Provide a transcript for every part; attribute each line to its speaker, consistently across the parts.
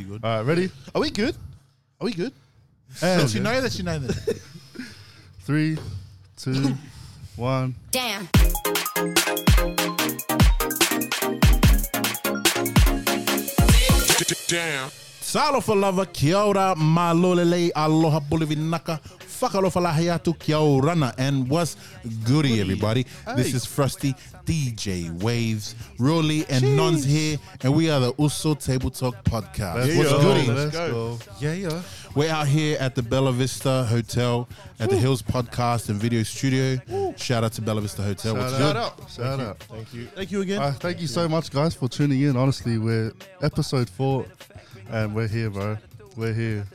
Speaker 1: good.
Speaker 2: All right, ready?
Speaker 1: Are we good? Are we good?
Speaker 2: And
Speaker 1: That you know that you know that.
Speaker 2: three, two, one.
Speaker 3: Damn.
Speaker 4: Damn.
Speaker 1: Salo for lava, kia ora, malolele, aloha pulivinaka, whakalofalahiatu, kia orana, and what's goody, everybody? This is Frosty, DJ Waves, Rolly, and Nons here, and we are the Uso Table Talk Podcast.
Speaker 2: Let's
Speaker 1: what's
Speaker 2: go,
Speaker 1: goody?
Speaker 2: Let's
Speaker 4: go.
Speaker 2: go.
Speaker 1: Yeah, yeah. We're out here at the Bella Vista Hotel at the Hills Podcast and Video Studio. Shout out to Bella Vista Hotel. What's
Speaker 2: Shout
Speaker 1: good?
Speaker 2: out. Shout out.
Speaker 4: Thank you.
Speaker 1: Thank you again.
Speaker 2: Uh, thank you so much, guys, for tuning in. Honestly, we're episode four, and we're here, bro. We're here.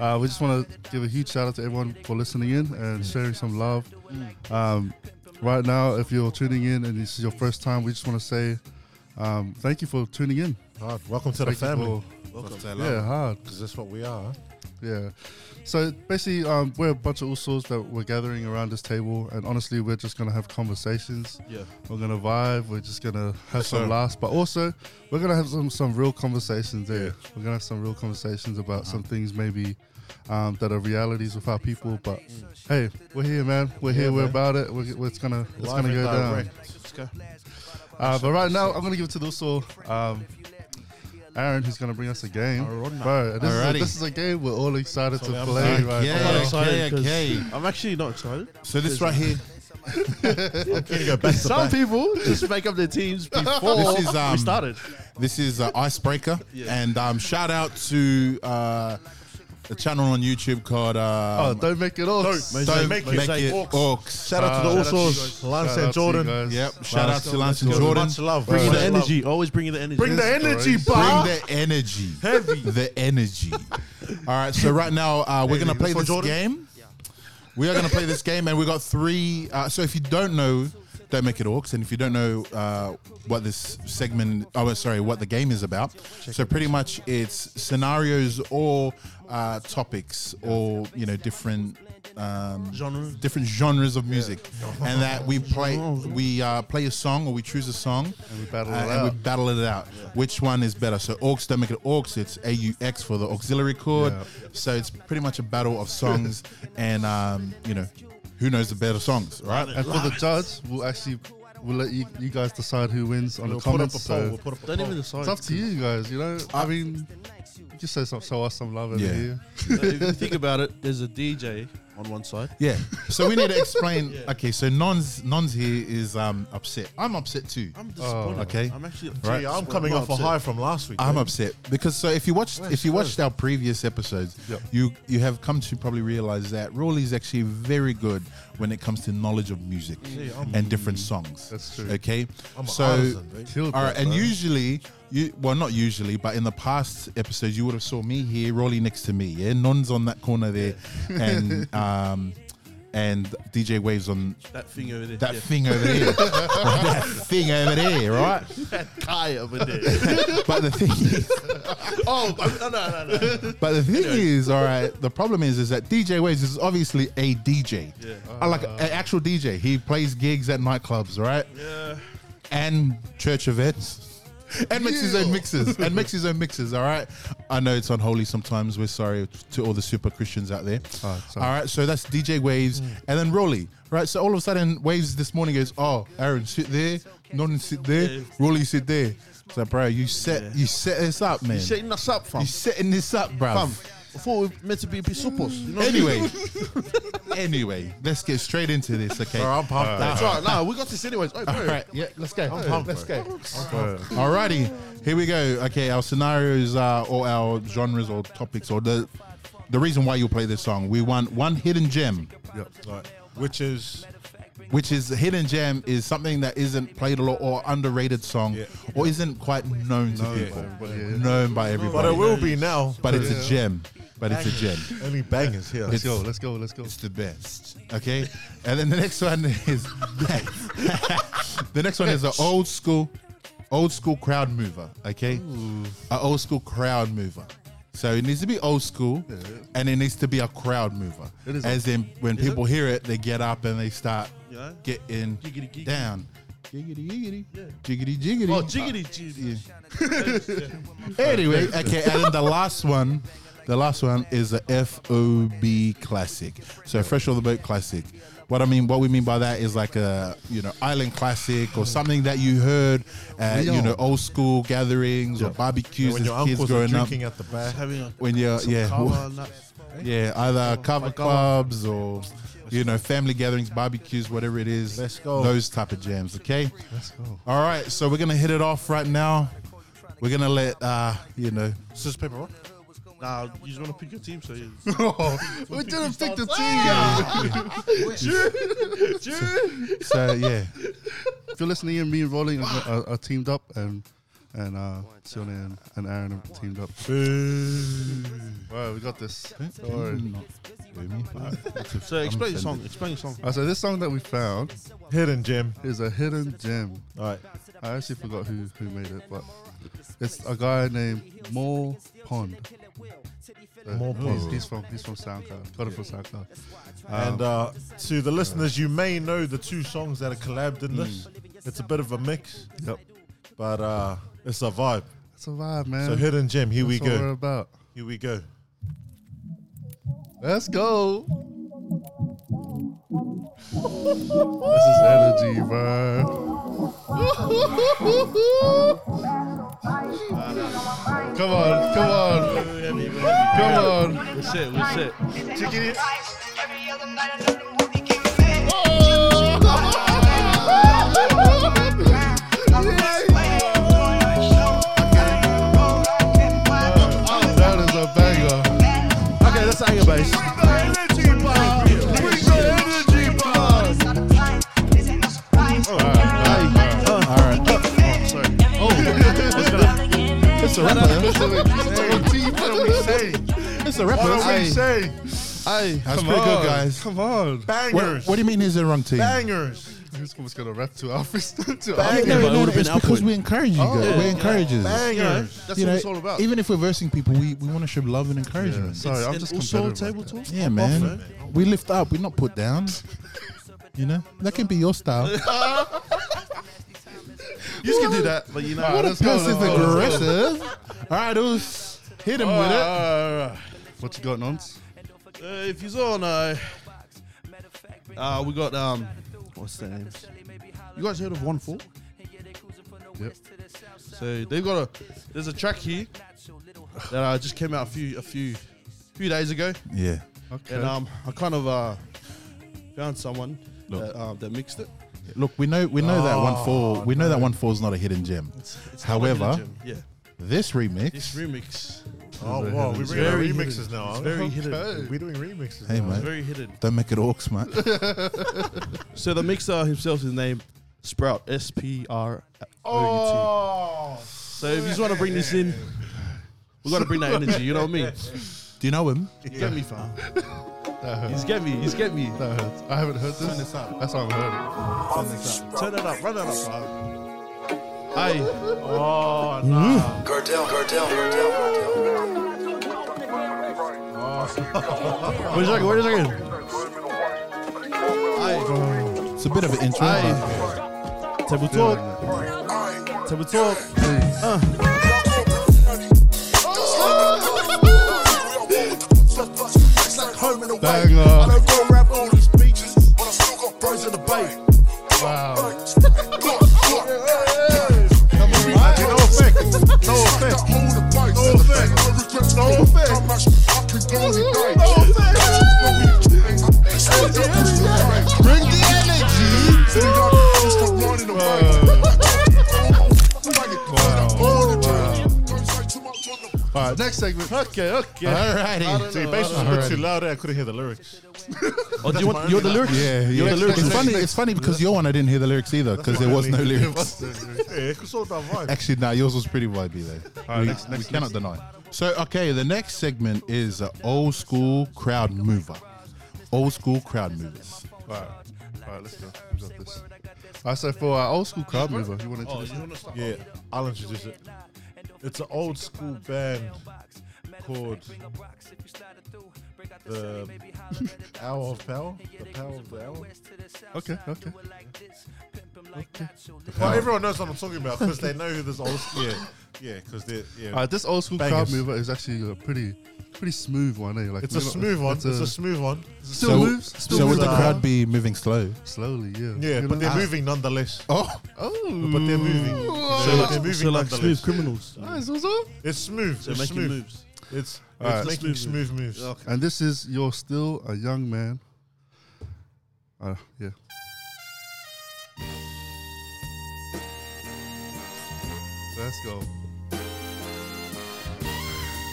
Speaker 2: Uh, we just want to give a huge shout out to everyone for listening in and sharing some love.
Speaker 1: Mm.
Speaker 2: Um, right now, if you're tuning in and this is your first time, we just want to say um, thank you for tuning in.
Speaker 5: Hard. Welcome to the
Speaker 2: Thank you
Speaker 5: family.
Speaker 1: Welcome.
Speaker 2: Yeah, hard.
Speaker 5: Because that's what we are.
Speaker 2: Yeah. So basically, um, we're a bunch of all sorts that we're gathering around this table, and honestly, we're just gonna have conversations.
Speaker 1: Yeah.
Speaker 2: We're gonna vibe. We're just gonna have
Speaker 1: sir.
Speaker 2: some laughs, but also we're gonna have some some real conversations there. We're gonna have some real conversations about some things maybe um, that are realities with our people. But hey, we're here, man. We're here. We're about it. We're, we're- it's gonna it's
Speaker 5: Live
Speaker 2: gonna go
Speaker 5: and
Speaker 2: down.
Speaker 5: direct.
Speaker 2: Uh, but right now, I'm gonna give it to Lusso, um Aaron, who's gonna bring us a game, bro. This, is a,
Speaker 1: Alrighty.
Speaker 2: this is a game we're all excited to
Speaker 5: I'm
Speaker 2: play.
Speaker 5: excited.
Speaker 2: Right
Speaker 1: Yeah,
Speaker 2: now.
Speaker 1: okay, okay.
Speaker 6: I'm actually not excited.
Speaker 1: So this right here,
Speaker 5: Can you go back to
Speaker 6: Some
Speaker 5: back?
Speaker 6: people just make up their teams before
Speaker 1: This is, um,
Speaker 6: we started.
Speaker 1: This is uh, Icebreaker, and um, shout out to uh, a channel on YouTube called
Speaker 2: Oh,
Speaker 1: um,
Speaker 2: don't make it all.
Speaker 1: Don't Make, It Orcs.
Speaker 5: Shout out to the
Speaker 2: Uh,
Speaker 5: All Sorts, Lance and Jordan.
Speaker 1: Yep. Shout out to Lance and
Speaker 5: Jordan,
Speaker 1: Jordan.
Speaker 5: Much love.
Speaker 6: Bring you
Speaker 5: Much
Speaker 6: the
Speaker 5: love.
Speaker 6: energy. Always bring you the energy.
Speaker 5: Bring the
Speaker 2: This
Speaker 5: energy,
Speaker 2: story.
Speaker 1: Bring
Speaker 5: bar.
Speaker 1: the energy. Heavy. The energy. All right. So right now uh, we're gonna play
Speaker 5: for
Speaker 1: this
Speaker 5: Jordan?
Speaker 1: game. We are gonna play this game, and we got three. Uh, so if you don't know, don't make it orcs, and if you don't know uh, what this segment, oh sorry, what the game is about. So pretty much it's scenarios or uh, topics or you know different. Um,
Speaker 6: Genre.
Speaker 1: different genres of music, and that we play we uh, play a song or we choose a song
Speaker 2: And we battle
Speaker 1: uh,
Speaker 2: it
Speaker 1: and
Speaker 2: out.
Speaker 1: we battle it out. Which one is better? So orcs don't make it orcs. It's A U X for the auxiliary chord.
Speaker 2: Yeah.
Speaker 1: So it's pretty much a battle of songs, and um, you know, who knows the better songs, right?
Speaker 2: And for the judge, we'll actually we'll let you, you guys decide who wins on
Speaker 5: We'll
Speaker 2: the
Speaker 5: put up a
Speaker 2: comments.
Speaker 5: poll. We'll
Speaker 2: So
Speaker 5: put up a
Speaker 6: Don't
Speaker 5: poll.
Speaker 6: even decide.
Speaker 2: it's up to you guys. You know, I mean, you can show, some, show us some love over
Speaker 1: Yeah.
Speaker 2: here.
Speaker 6: if you think about it, there's a DJ on one side.
Speaker 1: Yeah. So we need to explain. Okay. So non's non's here is um upset. I'm upset too.
Speaker 6: I'm disappointed.
Speaker 1: okay.
Speaker 6: I'm actually
Speaker 1: Right.
Speaker 5: Gee, I'm coming
Speaker 6: I'm
Speaker 5: off a
Speaker 6: upset.
Speaker 5: high from last week.
Speaker 1: I'm
Speaker 5: mate.
Speaker 1: upset because so if you watched if you watched our previous episodes, you you have come to probably realize that Rawley is actually very good when it comes to knowledge of music and different songs.
Speaker 2: That's true.
Speaker 1: Okay,
Speaker 5: I'm an
Speaker 1: so
Speaker 5: artisan, mate.
Speaker 2: Killed
Speaker 1: all right,
Speaker 2: that,
Speaker 1: and
Speaker 2: bro.
Speaker 1: usually you well not usually, but in the past episodes you would have saw me here, Rawley next to me, yeah, Non's on that corner there, and um and DJ Waves on
Speaker 6: That thing over there.
Speaker 1: that
Speaker 6: yeah.
Speaker 1: thing over there, that thing over there, right?
Speaker 6: that guy over there.
Speaker 1: But the thing is.
Speaker 6: oh, I'm- no, no, no, no.
Speaker 1: But the thing is, all right, the problem is, is that DJ Waves is obviously a DJ,
Speaker 6: Yeah.
Speaker 1: Uh, like an actual DJ. He plays gigs at nightclubs, right,
Speaker 6: Yeah.
Speaker 1: and church events, and makes his own mixes, and makes his own mixes. All right, I know it's unholy sometimes. We're sorry to all the super Christians out there.
Speaker 2: Oh, it's all
Speaker 1: all right, so that's DJ Waves,
Speaker 6: Mm.
Speaker 1: and then Rolly, right? So all of a sudden, Waves this morning goes, "Oh, Aaron, sit there, Nonin, sit there,
Speaker 6: Yeah.
Speaker 1: Rolly, sit there." So, bro, you set
Speaker 6: Yeah.
Speaker 1: you set this up, man. You
Speaker 6: Setting us up, fam.
Speaker 1: are setting this up, bro.
Speaker 6: fam. Before we meant to be Pisopos. You know what I mean?
Speaker 1: Anyway, anyway, let's get straight into this, okay?
Speaker 5: Bro, I'm pumped.
Speaker 6: That's right. No, we got this anyways. Oh, bro.
Speaker 1: All right, yeah, let's go.
Speaker 5: I'm pumped,
Speaker 1: let's
Speaker 5: bro.
Speaker 1: go.
Speaker 2: Bro,
Speaker 1: Alrighty, here we go. Okay, our scenarios are or our genres or topics or the the reason why you play this song. We want one hidden gem,
Speaker 5: Right. Which is
Speaker 1: which is the hidden gem is something that isn't played a lot or underrated song
Speaker 5: Yeah.
Speaker 1: or isn't quite known to people,
Speaker 2: but yeah.
Speaker 1: known by
Speaker 5: But
Speaker 1: everybody.
Speaker 5: it will be now.
Speaker 1: But it's a gem. But it's a gem.
Speaker 5: Only bangers here.
Speaker 2: Let's go. Let's go. Let's go.
Speaker 1: It's the best. Okay, and then the next one is the next one is an old school, old school crowd mover. Okay, an old school crowd mover. So it needs to be old school, and it needs to be a crowd mover.
Speaker 2: It is a-
Speaker 1: As in, when people hear it, they get up and they start
Speaker 6: Yeah.
Speaker 1: getting
Speaker 6: Giggity, giggity.
Speaker 1: down. Jiggity jiggity.
Speaker 6: Yeah.
Speaker 1: Jiggity jiggity.
Speaker 6: Oh, jiggity jiggity.
Speaker 1: Anyway, okay, and then the last one, the last one is the FOB Classic. So Fresh off the Boat Classic. What I mean, what we mean by that is like a you know island classic or something that you heard at you know old school gatherings or barbecues
Speaker 5: when your
Speaker 1: as kids
Speaker 5: uncles are
Speaker 1: growing up.
Speaker 5: drinking at the back.
Speaker 6: Having a
Speaker 1: When you're yeah
Speaker 6: kava and that.
Speaker 1: yeah either cover
Speaker 5: oh.
Speaker 6: God.
Speaker 1: clubs or you know family gatherings, barbecues, whatever it is.
Speaker 5: Let's go.
Speaker 1: Those type of jams. Okay.
Speaker 2: Let's go.
Speaker 1: All right, so we're gonna hit it off right now. We're gonna let uh, you know.
Speaker 5: Scissors, paper, rock.
Speaker 6: Nah, you just want to pick your team, so you.
Speaker 2: we didn't pick the team.
Speaker 1: So yeah,
Speaker 2: If you're listening in, me and Rolling are, are, are teamed up and and uh, Sione and, and Aaron are teamed up. Wow, we got this. Don't worry.
Speaker 6: so explain your song. Explain your song.
Speaker 2: Alright, so this song that we found
Speaker 5: Hidden gem.
Speaker 2: is a hidden gem.
Speaker 5: All right.
Speaker 2: I actually forgot who, who made it, but it's a guy named Moore Pond. Uh,
Speaker 5: Moore
Speaker 2: He's,
Speaker 5: Pond.
Speaker 2: he's from he's from SoundCloud. Got it from SoundCloud.
Speaker 5: And uh,
Speaker 1: Um,
Speaker 5: to the listeners, you may know the two songs that are collabed in this.
Speaker 1: Mm.
Speaker 5: It's a bit of a mix,
Speaker 2: Yep.
Speaker 5: but uh, it's a vibe.
Speaker 2: It's a vibe, man.
Speaker 5: So hidden gem. Here we
Speaker 2: That's what we're
Speaker 5: go.
Speaker 2: about.
Speaker 5: Here we go.
Speaker 2: Let's go. this is energy, bro. come on, come on, come on.
Speaker 6: That's it. That's it.
Speaker 2: Chicken it.
Speaker 3: Every other night I know the movie came in.
Speaker 2: That is a banger.
Speaker 5: Okay, that's anger bass.
Speaker 1: it's a rapper.
Speaker 2: That's a
Speaker 1: It's a rapper.
Speaker 2: What are we
Speaker 1: Hey,
Speaker 2: saying?
Speaker 1: hey, that's
Speaker 2: Come
Speaker 1: pretty
Speaker 2: on,
Speaker 1: good, guys.
Speaker 2: Come on.
Speaker 1: What,
Speaker 5: Bangers.
Speaker 1: what do you mean? Is it wrong team?
Speaker 5: Bangers.
Speaker 2: Who's gonna rap to our freestyle? To
Speaker 1: No,
Speaker 2: our
Speaker 6: Yeah, but it
Speaker 1: no,
Speaker 6: would've
Speaker 1: no,
Speaker 6: been
Speaker 1: it's
Speaker 6: our
Speaker 1: because
Speaker 6: point.
Speaker 1: we encourage you. guys.
Speaker 2: yeah.
Speaker 1: we encourage you.
Speaker 5: Bangers.
Speaker 2: That's
Speaker 1: You
Speaker 2: what
Speaker 1: know,
Speaker 2: it's all about.
Speaker 1: Even if we're versing people, we, we want to show love and encouragement.
Speaker 2: Sorry, I'm
Speaker 6: And
Speaker 2: just
Speaker 6: also
Speaker 2: competitive.
Speaker 6: table
Speaker 2: like that.
Speaker 6: talk.
Speaker 1: Yeah, man. We lift up. We're not put down. You know that can be your style.
Speaker 6: You just can do that, but you know.
Speaker 2: Alright, let's go, let's
Speaker 1: Passive
Speaker 2: go, let's go.
Speaker 1: aggressive. All right, it was hit him with it.
Speaker 6: Alright,
Speaker 2: What you got, Nons?
Speaker 6: alright. Uh, if you on, uh, uh, we got um, what's their names? You guys heard of One Four?
Speaker 2: Yep.
Speaker 6: So they've got a there's a track here that uh, just came out a few a few few days ago,
Speaker 1: Yeah.
Speaker 2: Okay.
Speaker 6: and um, I kind of uh found someone
Speaker 1: Look.
Speaker 6: that, um, that mixed it.
Speaker 1: Look, we know we know that
Speaker 2: Oh,
Speaker 1: one four. We know that one four is not a hidden gem.
Speaker 6: It's not like in the
Speaker 1: However,
Speaker 6: gym. yeah,
Speaker 1: this remix.
Speaker 6: this remix
Speaker 5: Oh wow, we're bringing
Speaker 6: Very
Speaker 5: out remixes
Speaker 6: hidden.
Speaker 5: now.
Speaker 6: It's
Speaker 5: huh?
Speaker 6: very hidden.
Speaker 5: We're doing remixes.
Speaker 1: Hey,
Speaker 5: now.
Speaker 1: mate.
Speaker 6: very hidden.
Speaker 1: Don't make it orcs, man.
Speaker 6: So the mixer himself is named Sprout S P R O U T.
Speaker 5: Oh,
Speaker 6: So if you just want to bring this in, we got to bring that energy. You know what I mean?
Speaker 1: Do you know him?
Speaker 6: Get me, fam. He's get me. He's get me.
Speaker 2: That hurts. I haven't heard this.
Speaker 1: this up.
Speaker 2: That's why I haven't heard
Speaker 6: Turn it up. Run it up, fam. Aye.
Speaker 5: oh
Speaker 6: Mm-hmm.
Speaker 5: nah.
Speaker 4: Cartel, cartel, cartel, cartel.
Speaker 6: Wait a second. Wait a second. Aye.
Speaker 1: It's a bit of an intro.
Speaker 6: Aye. Table talk. Table talk.
Speaker 2: Banger.
Speaker 4: I don't go rap on these beaches, but I still got birds in the bay.
Speaker 2: it. Wow.
Speaker 5: No effect. No effect. No effect. No effect.
Speaker 4: Bring the energy.
Speaker 2: All right, next segment.
Speaker 6: Okay. Okay.
Speaker 1: Alrighty.
Speaker 5: See, bass was a bit too loud. there, I couldn't hear the lyrics.
Speaker 6: Oh, do you want? You're the lyrics.
Speaker 1: Yeah, yeah.
Speaker 6: You're the lyrics.
Speaker 1: It's funny. It's funny because your one I didn't hear the lyrics either because there was no lyrics.
Speaker 5: Yeah, it's all about vibe.
Speaker 1: Actually, nah, yours was pretty vibey though. we
Speaker 2: next-
Speaker 1: we cannot deny. So, okay, the next segment is uh, old school crowd mover. Old school crowd movers.
Speaker 2: All right. All right, let's go. We got this. All right, so for our old school crowd mover, you want to
Speaker 5: Oh,
Speaker 2: introduce it?
Speaker 5: Yeah, I'll introduce it. It's an old school band called the Hour of Power. The Power of the Hour.
Speaker 2: Okay, okay.
Speaker 5: Well, everyone knows what I'm talking about because they know who this old yeah yeah because they yeah.
Speaker 2: Uh, this old school
Speaker 5: Bangers.
Speaker 2: crowd mover is actually a pretty, pretty smooth one. Eh? Like
Speaker 5: it's a
Speaker 2: we're not-
Speaker 5: smooth one. It's
Speaker 2: it's
Speaker 5: a,
Speaker 2: a-
Speaker 5: smooth one.
Speaker 2: still
Speaker 1: So-
Speaker 2: moves. Still
Speaker 1: So
Speaker 2: moves
Speaker 1: would the
Speaker 5: uh,
Speaker 1: crowd be moving slow?
Speaker 2: slowly. Yeah.
Speaker 5: Yeah,
Speaker 2: You
Speaker 5: but
Speaker 2: know?
Speaker 5: they're moving nonetheless.
Speaker 1: Oh,
Speaker 2: Oh,
Speaker 5: But they're moving. You know,
Speaker 6: So like,
Speaker 5: they're moving
Speaker 6: so like
Speaker 5: nonetheless.
Speaker 6: smooth criminals.
Speaker 2: Nice, what's up?
Speaker 5: It's smooth.
Speaker 6: So
Speaker 5: it's
Speaker 6: making
Speaker 5: smooth.
Speaker 6: moves.
Speaker 5: It's,
Speaker 2: Alright.
Speaker 5: it's making smooth moves.
Speaker 2: And this is you're still a young man. Uh, yeah. Let's go.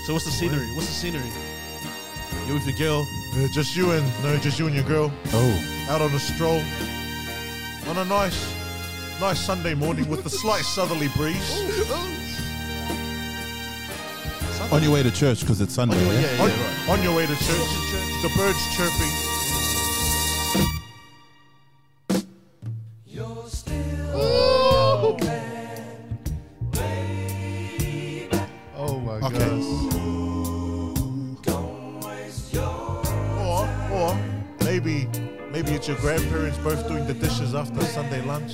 Speaker 6: So what's the scenery? What's the scenery? You're with your girl.
Speaker 5: Yeah, Uh, just you and no, just you and your girl
Speaker 1: oh,
Speaker 5: out on a stroll on a nice, nice Sunday morning with the slight southerly breeze.
Speaker 1: on your way to church because it's Sunday.
Speaker 6: Yeah,
Speaker 1: yeah?
Speaker 6: yeah,
Speaker 5: on,
Speaker 6: right.
Speaker 5: on your way to church, the birds chirping.
Speaker 2: Oh my
Speaker 1: Okay.
Speaker 2: gosh.
Speaker 5: Or, or maybe, maybe it's your grandparents both doing the dishes after Sunday lunch.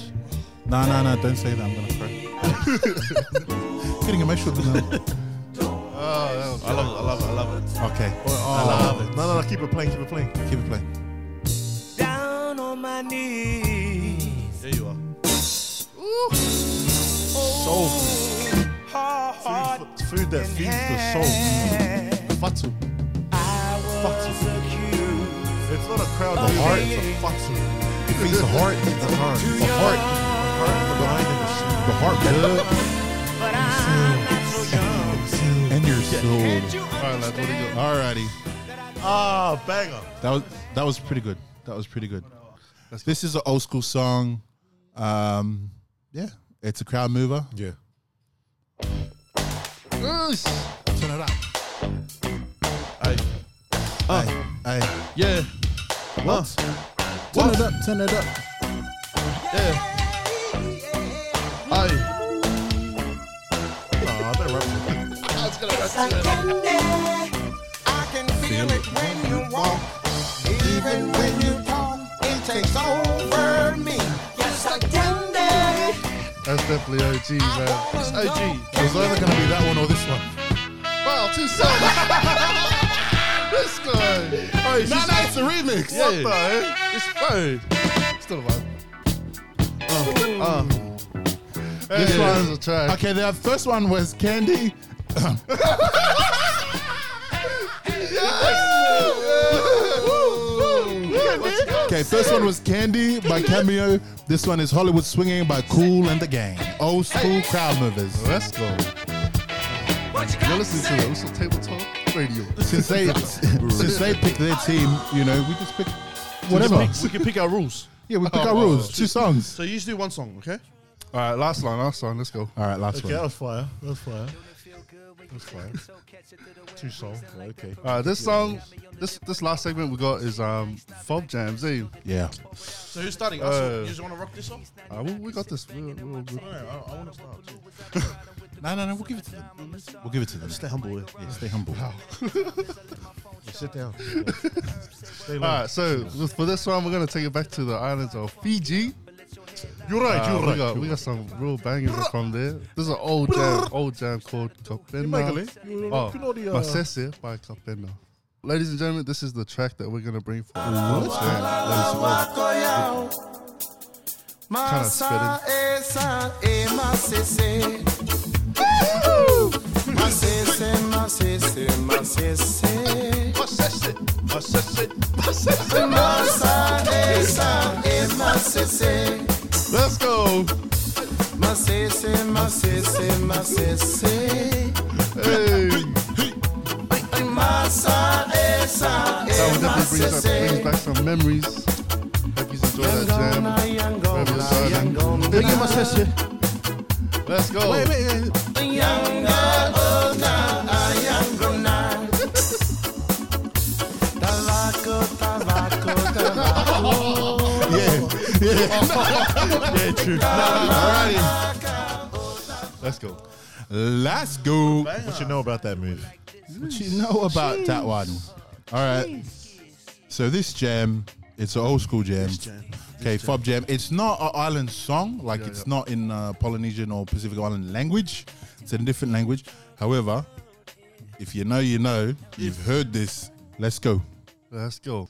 Speaker 1: No, no, no! Don't say that. I'm gonna cry. Getting emotional. now.
Speaker 6: I love it. I love it. I love it.
Speaker 1: Okay,
Speaker 5: I
Speaker 2: uh,
Speaker 5: love it. No, no, no, keep it playing, keep it playing.
Speaker 1: keep it playing.
Speaker 7: down on my knees.
Speaker 6: There you are.
Speaker 5: Soul,
Speaker 7: Hard
Speaker 5: food, food that feeds the soul. Fatu.
Speaker 7: I was accused.
Speaker 5: It's not a crowd, the heart, it's a fatu. It feeds the heart, the heart, the heart, the mind, and the soul.
Speaker 1: The heart
Speaker 7: But I'm not so young.
Speaker 1: and your soul.
Speaker 2: Alright, lad, what do you got?
Speaker 1: Alrighty,
Speaker 5: Ah, banger.
Speaker 1: that was that was pretty good. That was pretty good. This is an old school song. Um, yeah, it's a crowd mover.
Speaker 5: Yeah.
Speaker 1: Turn it up.
Speaker 6: Hey. Uh,
Speaker 1: Hey,
Speaker 6: yeah. What?
Speaker 1: turn it up. Turn it up.
Speaker 6: yeah. Hey.
Speaker 5: Nah, I don't rap.
Speaker 8: I can feel it when you walk, even when you talk. It takes over me. Yes, I can dance.
Speaker 2: That's definitely OG, man.
Speaker 8: It's
Speaker 6: OG.
Speaker 1: It was either gonna be that one or this one.
Speaker 2: Wow, two songs. this guy.
Speaker 1: Oh, no, no, it's a remix.
Speaker 6: Yeah.
Speaker 2: What the heck?
Speaker 6: It's bro.
Speaker 2: Still a vibe.
Speaker 6: Uh,
Speaker 2: Hey,
Speaker 1: Oh. This one-
Speaker 2: is a track.
Speaker 1: Okay, the first one was Candy. Okay, first one was Candy by Cameo. This one is Hollywood Swinging by Cool and the Gang. Old school crowd movers.
Speaker 2: Let's go. You're listening to it. What's the tabletop radio?
Speaker 1: Since they since they picked their team, you know, we just pick whatever.
Speaker 6: we can pick our rules.
Speaker 1: Yeah, we pick our rules. Two songs.
Speaker 6: So you just do one song, okay?
Speaker 2: All right, last line, last line. Let's go.
Speaker 1: All right, last
Speaker 5: Okay, that
Speaker 1: one.
Speaker 5: was fire. That was fire. That was fire. Two songs. Okay.
Speaker 2: All right, this song, this this last segment we got is um fob jams. Eh?
Speaker 1: Yeah.
Speaker 6: So who's starting?
Speaker 2: Uh,
Speaker 6: you just want to rock this song?
Speaker 2: Uh, we, we got this. We're, we're all good.
Speaker 6: All right,
Speaker 5: Oh,
Speaker 6: I, I want to start. Too.
Speaker 1: No, no, no. We'll give it to them. We'll give it to them. Stay humble. Yeah, stay humble.
Speaker 5: Sit down. Stay
Speaker 2: All
Speaker 5: low.
Speaker 2: right, so with- for this one, we're gonna take it back to the islands of Fiji.
Speaker 5: You're right.
Speaker 2: Uh,
Speaker 5: You're
Speaker 2: we
Speaker 5: right.
Speaker 2: got we got some real bangers from there. This is an old jam, old jam called Kapena.
Speaker 5: Michael, eh? You
Speaker 2: Oh,
Speaker 5: know the, uh,
Speaker 2: Masese by Kapena. Ladies and gentlemen, this is the track that we're gonna bring for you. Kinda spitting.
Speaker 8: Esa es Masese. Masese, Masese, Masese. Masa esa es Masese.
Speaker 2: Let's go.
Speaker 8: Masese, Masese, Masese.
Speaker 2: Hey.
Speaker 8: Masa esa
Speaker 2: That
Speaker 8: es
Speaker 2: one definitely brings, up, brings
Speaker 8: Masese.
Speaker 2: back some memories. Hope you enjoy that jam.
Speaker 8: Yangona,
Speaker 2: Wherever you're
Speaker 8: Yangona,
Speaker 2: driving.
Speaker 8: Yangona.
Speaker 2: Let's go. Wait, wait,
Speaker 8: Tabaco, tabaco, tabaco.
Speaker 2: Let's go.
Speaker 1: Let's go.
Speaker 5: What you know about that movie?
Speaker 1: What you know about that one? All right. So this jam, it's an old school jam. Okay, Fob Jam. It's not an island song. Like
Speaker 2: Yeah,
Speaker 1: it's
Speaker 2: yeah.
Speaker 1: not in uh, Polynesian or Pacific Island language. It's in a different language. However, if you know, you know. You've heard this. Let's go.
Speaker 2: Let's go.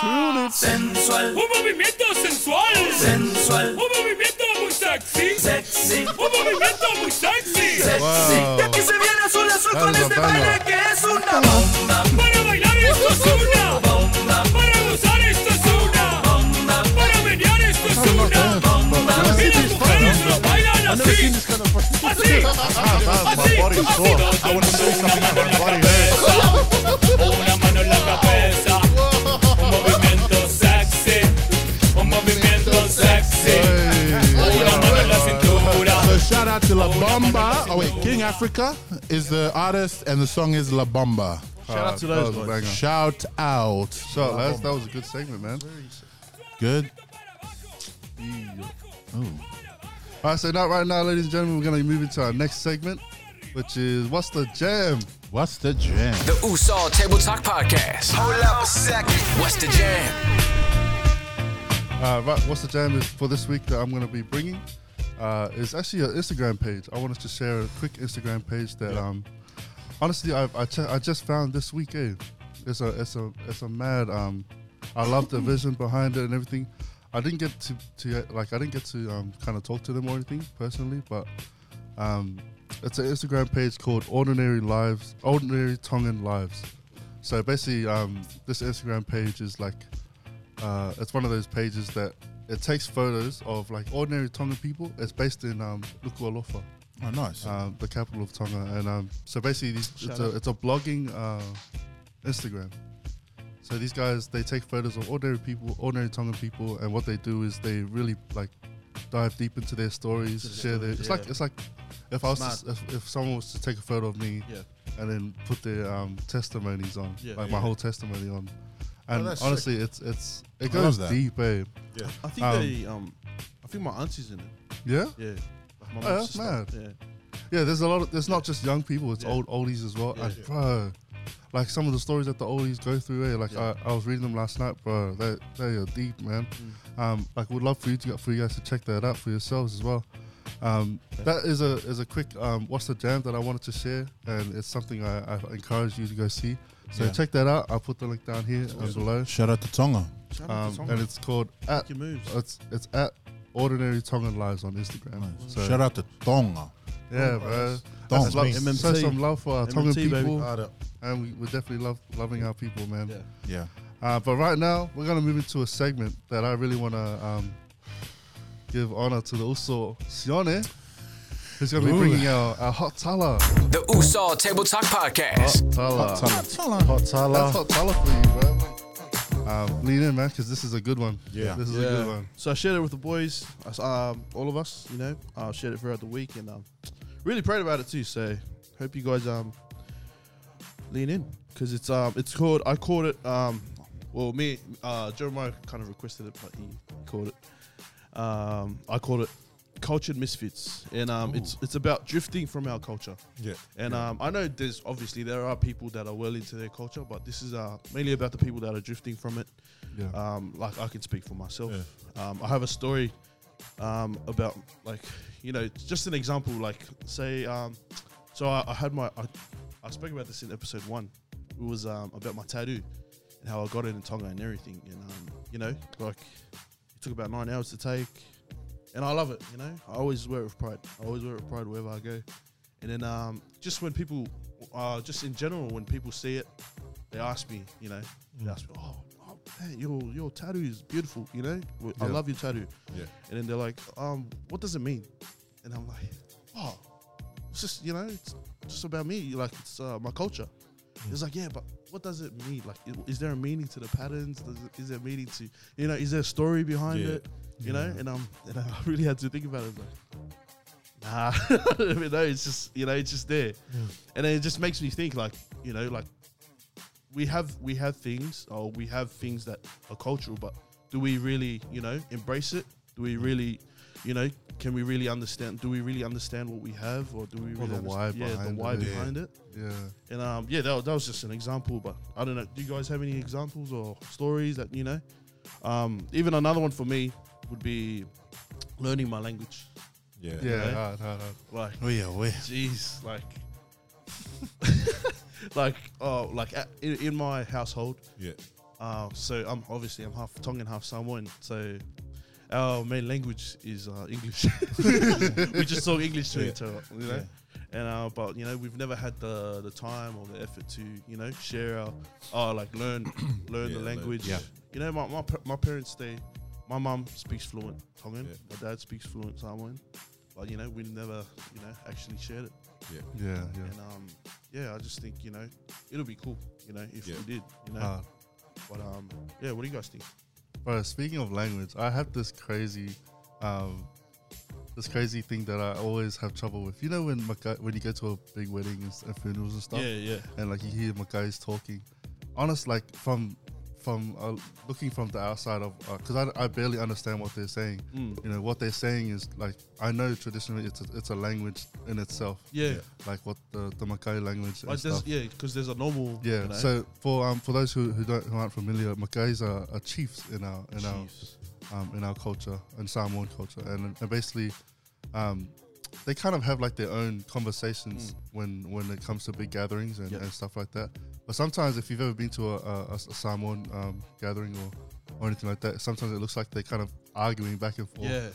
Speaker 9: Sensual. Un movimiento sensual. Sensual. Un movimiento muy sexy. Sexy. Un movimiento muy sexy.
Speaker 2: Wow.
Speaker 9: aquí se vienen son las
Speaker 2: That is a banger.
Speaker 9: que es una bomba. Para bailar esto es una bomba. Para gozar esto es una bomba. Para menear esto es
Speaker 2: don't know if
Speaker 9: una
Speaker 2: I have, but-
Speaker 9: bomba. Y las mujeres lo bailan
Speaker 5: I've never
Speaker 9: así.
Speaker 5: seen this kind of fucking.
Speaker 9: Así.
Speaker 5: Ah, my body
Speaker 9: Así.
Speaker 5: sore. I want to say something about my body hurts.
Speaker 9: Una mano en la cabeza. Un movimiento sexy. Un movimiento sexy.
Speaker 2: Hey.
Speaker 9: Una
Speaker 5: Oh,
Speaker 9: mano en la cintura.
Speaker 1: So shout out to La Bamba. Oh wait, King Africa is the artist, and the song is La Bamba. Uh, oh,
Speaker 5: Shout out to
Speaker 2: That was
Speaker 5: those
Speaker 2: a
Speaker 5: guys.
Speaker 2: banger.
Speaker 1: Shout out.
Speaker 2: So, lads, that was a good segment, man.
Speaker 1: Good.
Speaker 2: All right, so now, right now, ladies and gentlemen, we're going to move into our next segment, which is What's the Jam?
Speaker 1: What's the jam?
Speaker 10: The Usall Table Talk Podcast.
Speaker 8: Hold up a second.
Speaker 10: What's the jam?
Speaker 2: Uh, right, What's the Jam is for this week that I'm going to be bringing. Uh, is actually an Instagram page. I want us to share a quick Instagram page that, um, honestly, I, I, che- I just found this week. Eh? It's a it's a it's a mad. Um, I love the vision behind it and everything. I didn't get to, to uh, like I didn't get to um, kind of talk to them or anything personally, but um, it's an Instagram page called Ordinary Lives, Ordinary Tongan Lives. So basically, um, this Instagram page is like, uh, it's one of those pages that it takes photos of like ordinary Tongan people. It's based in um, Nuku'alofa,
Speaker 1: Oh, nice.
Speaker 2: um, the capital of Tonga, and um, so basically, these, it's, a, it's a blogging uh, Instagram. So these guys, they take photos of ordinary people, ordinary Tongan people, and what they do is they really like dive deep into their stories, share their. It's like
Speaker 6: yeah.
Speaker 2: it's like if I was to, if, if someone was to take a photo of me
Speaker 6: Yeah.
Speaker 2: and then put their um, testimonies on,
Speaker 6: Yeah. Oh,
Speaker 2: like my whole testimony on, and
Speaker 5: that's sick.
Speaker 2: honestly, it's it's it
Speaker 1: I love
Speaker 2: goes
Speaker 1: that.
Speaker 2: deep, eh?
Speaker 6: I think
Speaker 2: Um,
Speaker 6: they um, I think my auntie's in it.
Speaker 2: Yeah,
Speaker 6: Yeah. My
Speaker 2: Oh,
Speaker 6: mom's
Speaker 2: that's
Speaker 6: sister.
Speaker 2: mad. yeah. There's a lot. Of, there's not just young people. It's
Speaker 6: Yeah.
Speaker 2: old oldies as well.
Speaker 6: Yeah.
Speaker 2: and bro, like some of the stories that the oldies go through, eh? Like
Speaker 6: Yeah.
Speaker 2: I, I was reading them last night, bro. They they are deep, man. Um, like we'd love for you to for you guys to check that out for yourselves as well. Um, that is a is a quick um, what's the jam that I wanted to share, and it's something I, I encourage you to go see. So
Speaker 1: Yeah.
Speaker 2: check that out. I'll put the link down here and below.
Speaker 1: Shout out to Tonga.
Speaker 6: Yeah.
Speaker 2: um, and it's called at
Speaker 6: your moves.
Speaker 2: it's it's at ordinary Tongan lives on Instagram. So
Speaker 1: Shout out to Tonga.
Speaker 2: yeah, bro.
Speaker 1: Tonga.
Speaker 2: That's love,
Speaker 6: MMT.
Speaker 2: show some love for our Tongan
Speaker 6: MMT, baby.
Speaker 2: people,
Speaker 5: Ah, that-
Speaker 2: and we, we definitely love loving our people, man.
Speaker 6: Yeah.
Speaker 1: Uh, Yeah.
Speaker 2: Uh, but right now, we're gonna move into a segment that I really wanna um, give honor to the Uso Sione, who's gonna be
Speaker 1: Ooh.
Speaker 2: bringing out our hot tala.
Speaker 10: The Usall Table Talk Podcast.
Speaker 2: Tala.
Speaker 5: Hot
Speaker 2: That's
Speaker 5: Tala.
Speaker 2: hot tala for you, bro. Um, lean in, man, because this is a good one.
Speaker 1: Yeah.
Speaker 2: this is a
Speaker 6: Yeah.
Speaker 2: good one.
Speaker 6: So I shared it with the boys, us- um, all of us, you know. I uh, shared it throughout the week and um, really prayed about it too. So hope you guys um lean in because it's um it's called I called it um well me uh Jeremiah kind of requested it but he called it um I called it cultured misfits and um it's it's about drifting from our culture.
Speaker 1: Yeah.
Speaker 6: And um, I know there's obviously there are people that are well into their culture, but this is uh, mainly about the people that are drifting from it.
Speaker 2: Yeah.
Speaker 6: Um, like I can speak for myself. Um, I have a story um, about like you know just an example. Like say, um, so I, I had my I, I spoke about this in episode one. It was um, about my tattoo and how I got it in Tonga and everything. And um, you know, like it took about nine hours to take, and I love it. You know, I always wear it with pride. I always wear it with pride wherever I go. And then um, just when people, uh, just in general, when people see it, they ask me, you know, they ask me, oh, oh man, your your tattoo is beautiful, you know, W- I love your tattoo.
Speaker 1: Yeah.
Speaker 6: And then they're like, um, what does it mean? And I'm like, oh, it's just you know, it's just about me, like it's uh, my culture.
Speaker 1: Mm.
Speaker 6: It's like, yeah, but what does it mean? Like, i- is there a meaning to the patterns? Does it, is there a meaning to, you know, is there a story behind
Speaker 1: Yeah.
Speaker 6: it? You know, and um, and I really had to think about it. Like, nah, you know, it's just you know, it's just there, and then it just makes me think, like, you know, like we have we have things, or we have things that are cultural, but do we really, you know, embrace it? Do we really, you know, can we really understand? Do we really understand what we have, or do we
Speaker 2: Or
Speaker 6: really
Speaker 2: the
Speaker 6: underst-
Speaker 2: why
Speaker 6: yeah,
Speaker 2: behind
Speaker 6: the why
Speaker 2: it.
Speaker 6: behind it?
Speaker 2: Yeah.
Speaker 6: And um, yeah, that, wa- that was just an example, but I don't know. Do you guys have any examples or stories that you know? Um, even another one for me would be learning my language.
Speaker 1: Yeah.
Speaker 2: Yeah,
Speaker 6: You know?
Speaker 2: hard, hard, hard.
Speaker 6: Like,
Speaker 1: Oh yeah, we.
Speaker 6: jeez, like, like, oh, like at, in, in my household.
Speaker 1: Yeah.
Speaker 6: Uh, so I'm obviously I'm half Tongan, half Samoan. So our main language is uh, English. we just talk English to
Speaker 1: Yeah.
Speaker 6: each other, you know. And uh, but you know we've never had the the time or the effort to you know share our, uh, like learn learn
Speaker 1: Yeah,
Speaker 6: the
Speaker 1: learn.
Speaker 6: language.
Speaker 1: Yeah.
Speaker 6: You know my my, par- my parents they my mum speaks fluent Tongan,
Speaker 1: Yeah.
Speaker 6: my dad speaks fluent Samoan, but you know we never you know actually shared it.
Speaker 2: Yeah, yeah.
Speaker 6: And um yeah, I just think you know it'll be cool you know if
Speaker 1: Yeah.
Speaker 6: we did you know.
Speaker 2: Hard.
Speaker 6: But um, yeah, what do you guys think?
Speaker 2: Bro, speaking of language, I have this crazy, um, this crazy thing that I always have trouble with. You know when Maca- when you go to a big wedding and s- and funerals and stuff,
Speaker 6: yeah,
Speaker 2: and like you hear Macay's talking. Honest, like from from uh, looking from the outside of, because I, I barely understand what they're saying.
Speaker 6: Mm.
Speaker 2: You know what they're saying is like I know traditionally it's a, it's a language in itself,
Speaker 6: yeah.
Speaker 2: like what the the Macay language. And
Speaker 6: Like
Speaker 2: stuff.
Speaker 6: there's, yeah, because there's a normal.
Speaker 2: Yeah.
Speaker 6: you know,
Speaker 2: So for um for those who, who don't who aren't familiar, Mackays are, are chiefs in our in
Speaker 6: Chiefs.
Speaker 2: our um, in our culture and Samoan culture, and, and basically, um, they kind of have like their own conversations when when it comes to big gatherings and,
Speaker 6: Yep.
Speaker 2: and stuff like that. But sometimes, if you've ever been to a, a, a Samoan um, gathering or or anything like that, sometimes it looks like they're kind of arguing back and forth
Speaker 6: yeah,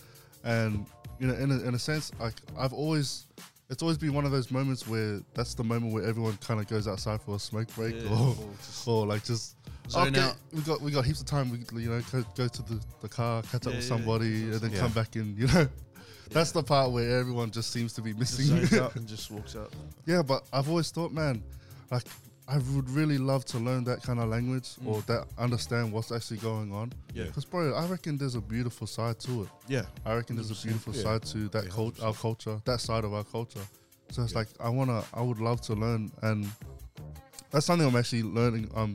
Speaker 2: and you know in a, in a sense like i've always it's always been one of those moments where that's the moment where everyone kind of goes outside for a smoke break
Speaker 6: Yeah,
Speaker 2: or,
Speaker 6: or just
Speaker 2: or like just
Speaker 6: zone out.
Speaker 2: we got we got heaps of time. We you know go, go to the, the car, catch up
Speaker 6: Yeah,
Speaker 2: with
Speaker 6: yeah,
Speaker 2: somebody,
Speaker 6: yeah.
Speaker 2: and then
Speaker 1: Yeah.
Speaker 2: come back in. You know, that's the part where everyone just seems to be
Speaker 6: just
Speaker 2: missing.
Speaker 6: zones out and just walks out.
Speaker 2: Yeah, but I've always thought, man, like I would really love to learn that kind of language or that understand what's actually going on.
Speaker 6: Mm. Yeah.
Speaker 2: because bro, I reckon there's a beautiful side to it.
Speaker 6: Yeah,
Speaker 2: I reckon there's a beautiful
Speaker 1: Yeah.
Speaker 2: side to that
Speaker 1: Yeah,
Speaker 2: cult, our culture, that side of our culture. So it's
Speaker 1: Yeah.
Speaker 2: like I wanna, I would love to learn, and that's something I'm actually learning. Um,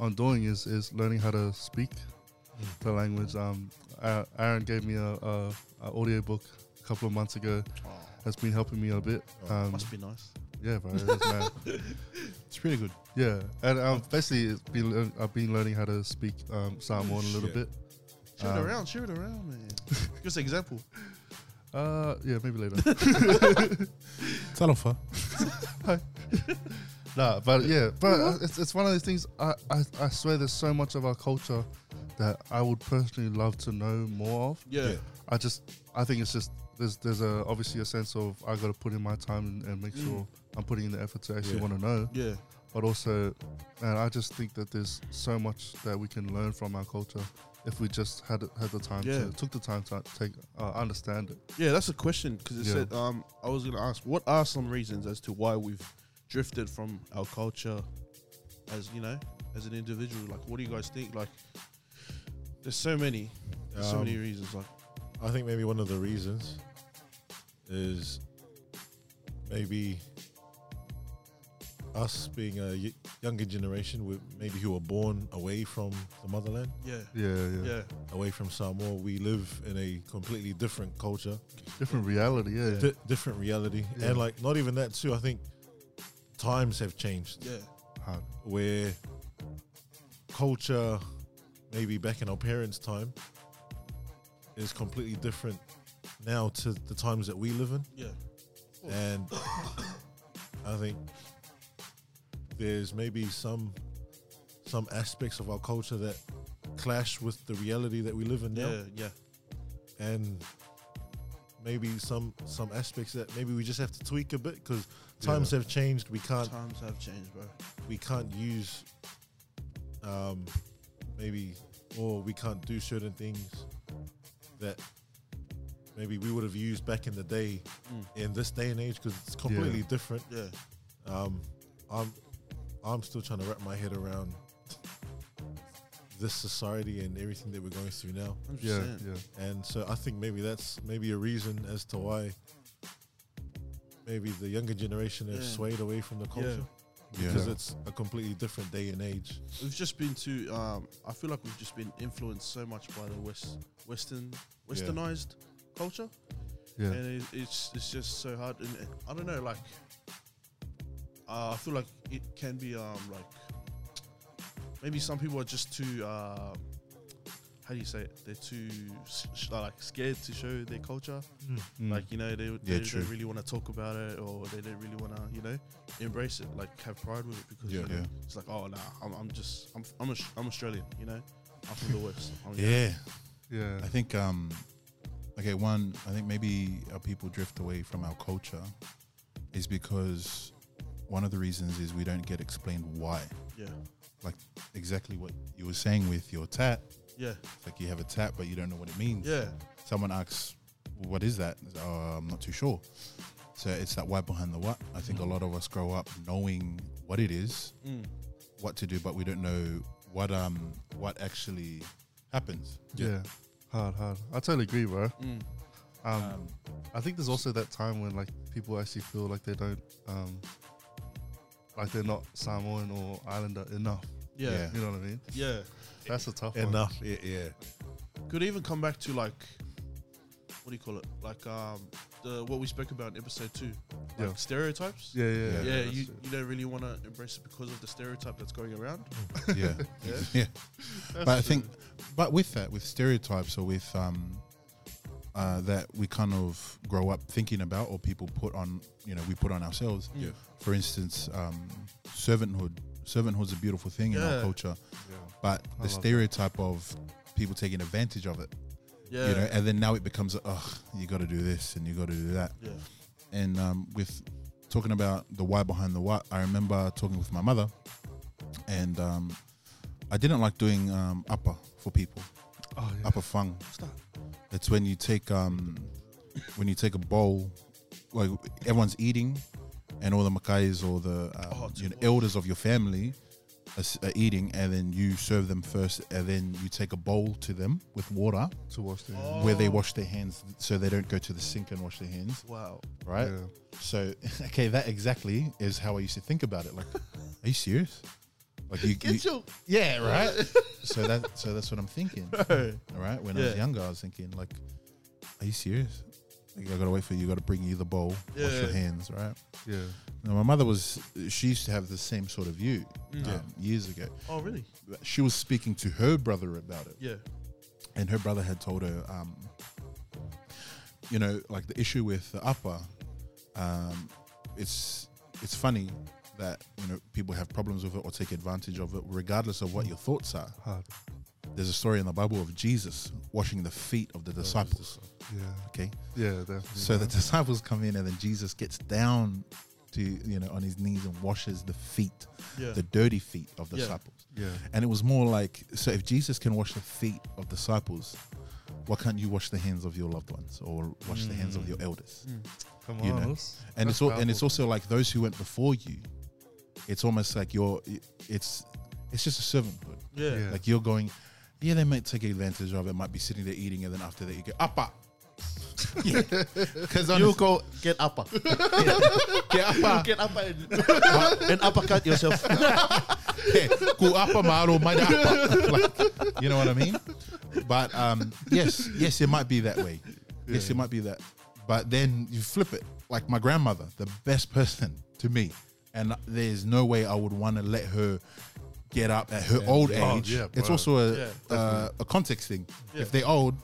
Speaker 2: on doing is is learning how to speak
Speaker 1: Mm.
Speaker 2: the language. Um, A- Aaron gave me a, a, a audio book a couple of months ago.
Speaker 1: Oh.
Speaker 2: That's been helping me a bit. Um,
Speaker 6: must be nice.
Speaker 2: yeah, bro, it is, man.
Speaker 1: It's pretty good.
Speaker 2: Yeah, and um, basically, it's been learn- I've been learning how to speak um, Samoan a little
Speaker 1: Shit.
Speaker 2: bit.
Speaker 6: Shoot
Speaker 2: Um,
Speaker 6: it around, shoot it around, man. Just an example.
Speaker 2: Uh, yeah, maybe later.
Speaker 1: Talofa.
Speaker 2: Nah, but yeah, but it's, it's one of those things. I, I I swear, there's so much of our culture that I would personally love to know more of.
Speaker 6: Yeah,
Speaker 2: I just I think it's just there's there's a obviously a sense of I got to put in my time and, and make sure I'm putting in the effort to actually
Speaker 1: Yeah.
Speaker 2: want to know.
Speaker 6: Mm. yeah,
Speaker 2: But also, man, I just think that there's so much that we can learn from our culture if we just had had the time
Speaker 6: Yeah.
Speaker 2: to took the time to take uh, understand it.
Speaker 6: yeah. That's a question because it
Speaker 2: Yeah.
Speaker 6: said um, I was gonna ask what are some reasons as to why we've drifted from our culture, as you know, as an individual. Like, what do you guys think? Like, there's so many, there's so
Speaker 5: Um,
Speaker 6: many reasons. Like,
Speaker 5: I think maybe one of the reasons is maybe us being a y- younger generation, with maybe who were born away from the motherland,
Speaker 6: yeah,
Speaker 2: Yeah, yeah,
Speaker 6: yeah,
Speaker 5: away from Samoa. We live in a completely different culture,
Speaker 2: different reality. Yeah,
Speaker 5: di- different reality,
Speaker 2: Yeah.
Speaker 5: and like not even that too. I think times have changed
Speaker 6: yeah,
Speaker 2: Hard.
Speaker 5: where culture, maybe back in our parents' time, is completely different now to the times that we live in.
Speaker 6: yeah,
Speaker 5: and I think there's maybe some some aspects of our culture that clash with the reality that we live in now,
Speaker 6: yeah, yeah.
Speaker 5: and maybe some some aspects that maybe we just have to tweak a bit because times have changed. We can't
Speaker 6: Times have changed, bro.
Speaker 5: we can't use um, maybe or we can't do certain things that maybe we would have used back in the day in this day and age because it's completely different.
Speaker 6: Mm. Yeah.
Speaker 5: Um, I'm I'm still trying to wrap my head around this society and everything that we're going through now,
Speaker 6: 100%.
Speaker 2: yeah, yeah.
Speaker 5: and so I think maybe that's maybe a reason as to why maybe the younger generation has
Speaker 6: Yeah.
Speaker 5: swayed away from the culture because
Speaker 1: Yeah.
Speaker 5: it's a completely different day and age.
Speaker 6: We've just been too. Um, I feel like we've just been influenced so much by the West, Western,
Speaker 5: Yeah.
Speaker 6: Westernized culture,
Speaker 2: Yeah.
Speaker 6: and it, it's it's just so hard. And uh, I don't know, like uh, I feel like it can be um like maybe some people are just too uh, how do you say it? They're too s- sh- like scared to show their culture.
Speaker 2: Mm. Mm.
Speaker 6: Like you know, they, they
Speaker 1: true.
Speaker 6: don't really want to talk about it, or they don't really want to you know embrace it, like have pride with it because
Speaker 1: Yeah,
Speaker 6: you know,
Speaker 1: yeah.
Speaker 6: it's like oh nah, I'm, I'm just I'm I'm, Aus- I'm Australian, you know, I'm from the west. I'm
Speaker 1: Yeah.
Speaker 2: Yeah.
Speaker 1: I think um okay, one, I think maybe our people drift away from our culture is because one of the reasons is we don't get explained why.
Speaker 6: yeah,
Speaker 1: Like exactly what you were saying with your tat.
Speaker 6: yeah,
Speaker 1: It's like you have a tat but you don't know what it means.
Speaker 6: yeah,
Speaker 1: Someone asks, What is that? It's, Oh, I'm not too sure. So it's that why behind the what. I think a lot of us grow up knowing what it is,
Speaker 6: Mm.
Speaker 1: what to do, but we don't know what um what actually happens.
Speaker 2: Yeah. Hard, hard. I totally agree, bro. Um, I think there's also that time when like people actually feel like they don't, um, like they're not Samoan or Islander enough.
Speaker 6: yeah, yeah.
Speaker 1: Yeah.
Speaker 2: You know what I mean? That's a tough one.
Speaker 5: Enough. Yeah, yeah.
Speaker 6: Could even come back to like what do you call it? Like um the what we spoke about in episode two, like
Speaker 2: Yeah.
Speaker 6: stereotypes.
Speaker 2: Yeah, yeah,
Speaker 1: Yeah.
Speaker 6: Yeah,
Speaker 2: that's
Speaker 6: you,
Speaker 2: it.
Speaker 6: you don't really want to embrace it because of the stereotype that's going around.
Speaker 1: yeah, yeah. But I think, but with that, with stereotypes or with um, uh, that we kind of grow up thinking about, or people put on, you know, we put on ourselves.
Speaker 6: Yeah.
Speaker 1: For instance, um, servanthood. Servanthood's a beautiful thing in
Speaker 6: Yeah.
Speaker 1: our culture, but the
Speaker 2: love that.
Speaker 1: stereotype of people taking advantage of it,
Speaker 6: Yeah,
Speaker 1: you know, and then now it becomes, oh, you got to do this and you got to do that.
Speaker 6: yeah,
Speaker 1: and um, with talking about the why behind the what, I remember talking with my mother, and um, I didn't like doing um, upper for people,
Speaker 2: Oh, yeah.
Speaker 1: upper fung. It's when you take um, when you take a bowl, like everyone's eating, and all the makais or the um,
Speaker 6: Oh,
Speaker 1: you know,
Speaker 6: too much.
Speaker 1: elders of your family are, s- are eating, and then you serve them first, and then you take a bowl to them with water
Speaker 2: to watch the
Speaker 1: where they wash their hands, so they don't go to the sink and wash their hands
Speaker 6: wow.
Speaker 1: right?
Speaker 2: Yeah.
Speaker 1: So, okay, that exactly is how I used to think about it. Like, are you serious? Like you,
Speaker 6: Get
Speaker 1: you
Speaker 6: your
Speaker 1: yeah, right. so that, so that's what I'm thinking. All right. When I was
Speaker 6: Yeah.
Speaker 1: younger, I was thinking like, are you serious? Like, I gotta wait for you. Gotta bring you the bowl. Wash
Speaker 6: Yeah.
Speaker 1: your hands, right?
Speaker 2: Yeah.
Speaker 1: Now, my mother was. She used to have the same sort of view um, years ago.
Speaker 6: Oh really?
Speaker 1: She was speaking to her brother about it
Speaker 6: Yeah,
Speaker 1: and her brother had told her, um, you know, like the issue with the upper, um, it's it's funny that you know people have problems with it or take advantage of it, regardless of what your thoughts are.
Speaker 2: Hard.
Speaker 1: There's a story in the Bible of Jesus washing the feet of the disciples.
Speaker 2: Yeah.
Speaker 1: Okay,
Speaker 2: Yeah, definitely.
Speaker 1: so the
Speaker 2: man.
Speaker 1: disciples come in, and then Jesus gets down to you know on his knees and washes the feet,
Speaker 6: Yeah.
Speaker 1: the dirty feet of the
Speaker 6: Yeah.
Speaker 1: disciples.
Speaker 2: Yeah.
Speaker 1: And it was more like, so if Jesus can wash the feet of disciples, why can't you wash the hands of your loved ones or wash the
Speaker 5: Mm.
Speaker 1: hands of your elders?
Speaker 2: Come
Speaker 1: you
Speaker 2: on.
Speaker 1: know,
Speaker 2: us.
Speaker 1: And
Speaker 2: That's
Speaker 1: it's all, and it's
Speaker 2: powerful.
Speaker 1: also like those who went before you. It's almost like you're. It's it's just a servanthood.
Speaker 6: yeah,
Speaker 2: Yeah.
Speaker 1: Like you're going. Yeah, they might take advantage of it. Might be sitting there eating, and then after that you go upper. yeah, because
Speaker 5: You go get upper.
Speaker 6: Get up and
Speaker 5: and uppercut yourself.
Speaker 1: Hey, ku apa maro mai da apa. Like, you know what I mean? But um, yes, yes, it might be that way. Yes, it might be that. But then you flip it. Like my grandmother, the best person to me, and there's no way I would want to let her get up at her old
Speaker 2: Oh,
Speaker 1: age.
Speaker 2: yeah,
Speaker 1: it's
Speaker 2: bro.
Speaker 1: also a
Speaker 6: Yeah,
Speaker 1: uh, a context thing.
Speaker 6: Yeah.
Speaker 1: If they're old.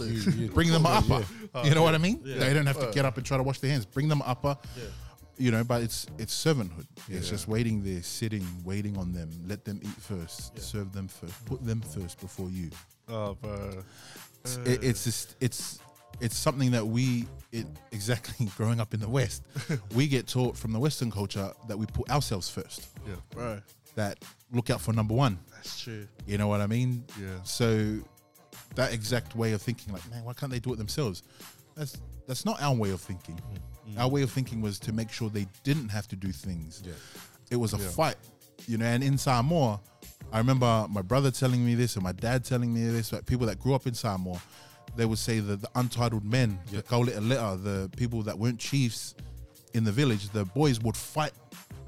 Speaker 1: you- you bring them up. You know what I mean?
Speaker 6: Yeah. Uh.
Speaker 1: They don't have to get up and try to wash their hands. Bring them upper
Speaker 6: yeah.
Speaker 1: you know, but it's it's servanthood. It's just waiting there, sitting, waiting on them. Let them eat first,
Speaker 6: Yeah.
Speaker 1: serve them first, put them first before you.
Speaker 2: Oh, bro.
Speaker 6: Uh.
Speaker 1: It's it, it's just, it's it's something that we it exactly growing up in the West, we get taught from the Western culture that we put ourselves first.
Speaker 2: Yeah.
Speaker 6: bro.
Speaker 1: That look out for number one.
Speaker 6: That's true.
Speaker 1: You know what I mean?
Speaker 2: Yeah.
Speaker 1: So that exact way of thinking, like, man, why can't they do it themselves? That's that's not our way of thinking. Our way of thinking was to make sure they didn't have to do things. Yeah. It was a fight, you know. And in Samoa, I remember my brother telling me this and my dad telling me this. Like people that grew up in Samoa, they would say that the untitled men, the kaule'alea, the people that weren't chiefs in the village, the boys would fight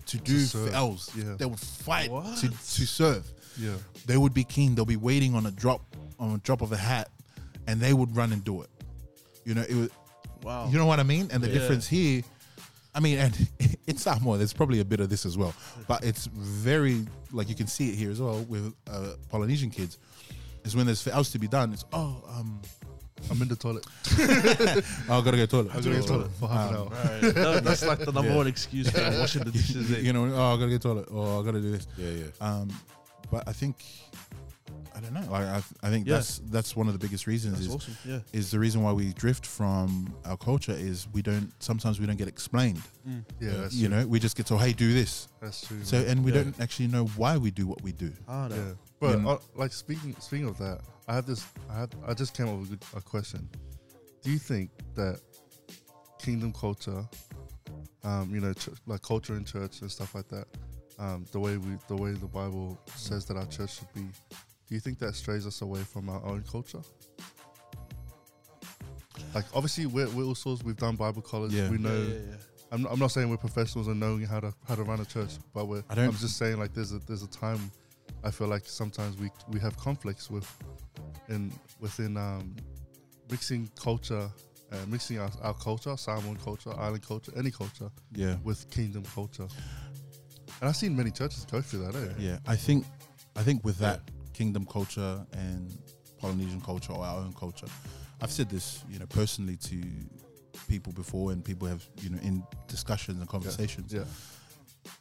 Speaker 1: to do
Speaker 2: serve.
Speaker 1: fels.
Speaker 2: Yeah.
Speaker 1: They would fight
Speaker 6: What?
Speaker 1: to, to serve
Speaker 2: Yeah.
Speaker 1: they would be keen. They'll be waiting on a drop on a drop of a hat, and they would run and do it. You know, it was
Speaker 6: Wow.
Speaker 1: You know what I mean? And the
Speaker 6: Yeah.
Speaker 1: difference here, I mean, and in Samoa, there's probably a bit of this as well, but it's very like you can see it here as well with uh, Polynesian kids. Is when there's else to be done. It's oh, um,
Speaker 2: I'm in the toilet.
Speaker 1: I gotta go toilet. Um,
Speaker 2: I gotta go to the toilet for half an hour.
Speaker 6: Right. That- that's like the number
Speaker 1: Yeah.
Speaker 6: one excuse for washing the dishes. eh?
Speaker 1: you know, oh, I gotta get toilet, or I gotta do this.
Speaker 5: Yeah, yeah.
Speaker 1: Um, but I think I don't know. Like I, I think
Speaker 6: Yeah.
Speaker 1: that's that's one of the biggest reasons
Speaker 6: That's
Speaker 1: is
Speaker 6: awesome, yeah.
Speaker 1: is the reason why we drift from our culture is we don't sometimes we don't get explained.
Speaker 6: Mm.
Speaker 2: Yeah, that's
Speaker 1: you
Speaker 2: true.
Speaker 1: know, we just get told, hey, do this.
Speaker 2: That's true.
Speaker 1: So
Speaker 2: man.
Speaker 1: and we
Speaker 6: Yeah.
Speaker 1: don't actually know why we do what we do.
Speaker 6: Ah, no.
Speaker 2: yeah, but
Speaker 1: Mm.
Speaker 2: uh, like speaking speaking of that, I have this. I have, I just came up with a good- a question. Do you think that kingdom culture, um, you know, ch- like culture in church and stuff like that, um, the way we the way the Bible says that our church should be, do you think that strays us away from our own culture? Like obviously we're we're all sorts. We've done Bible college.
Speaker 1: Yeah.
Speaker 2: We
Speaker 6: Yeah,
Speaker 2: know.
Speaker 6: yeah, yeah.
Speaker 2: I'm not, I'm not saying we're professionals and knowing how to how to run a church, but we're.
Speaker 1: I
Speaker 2: I
Speaker 1: don't-
Speaker 2: am just saying like there's a there's a time. I feel like sometimes we we have conflicts with, in within um, mixing culture, uh, mixing our, our culture, Samoan culture, island culture, any culture,
Speaker 1: Yeah.
Speaker 2: with kingdom culture. And I've seen many churches go through that. Eh?
Speaker 1: Yeah, I think, I think with that kingdom culture and Polynesian culture or our own culture, I've said this, you know, personally to people before, and people have, you know, in discussions and conversations.
Speaker 2: yeah.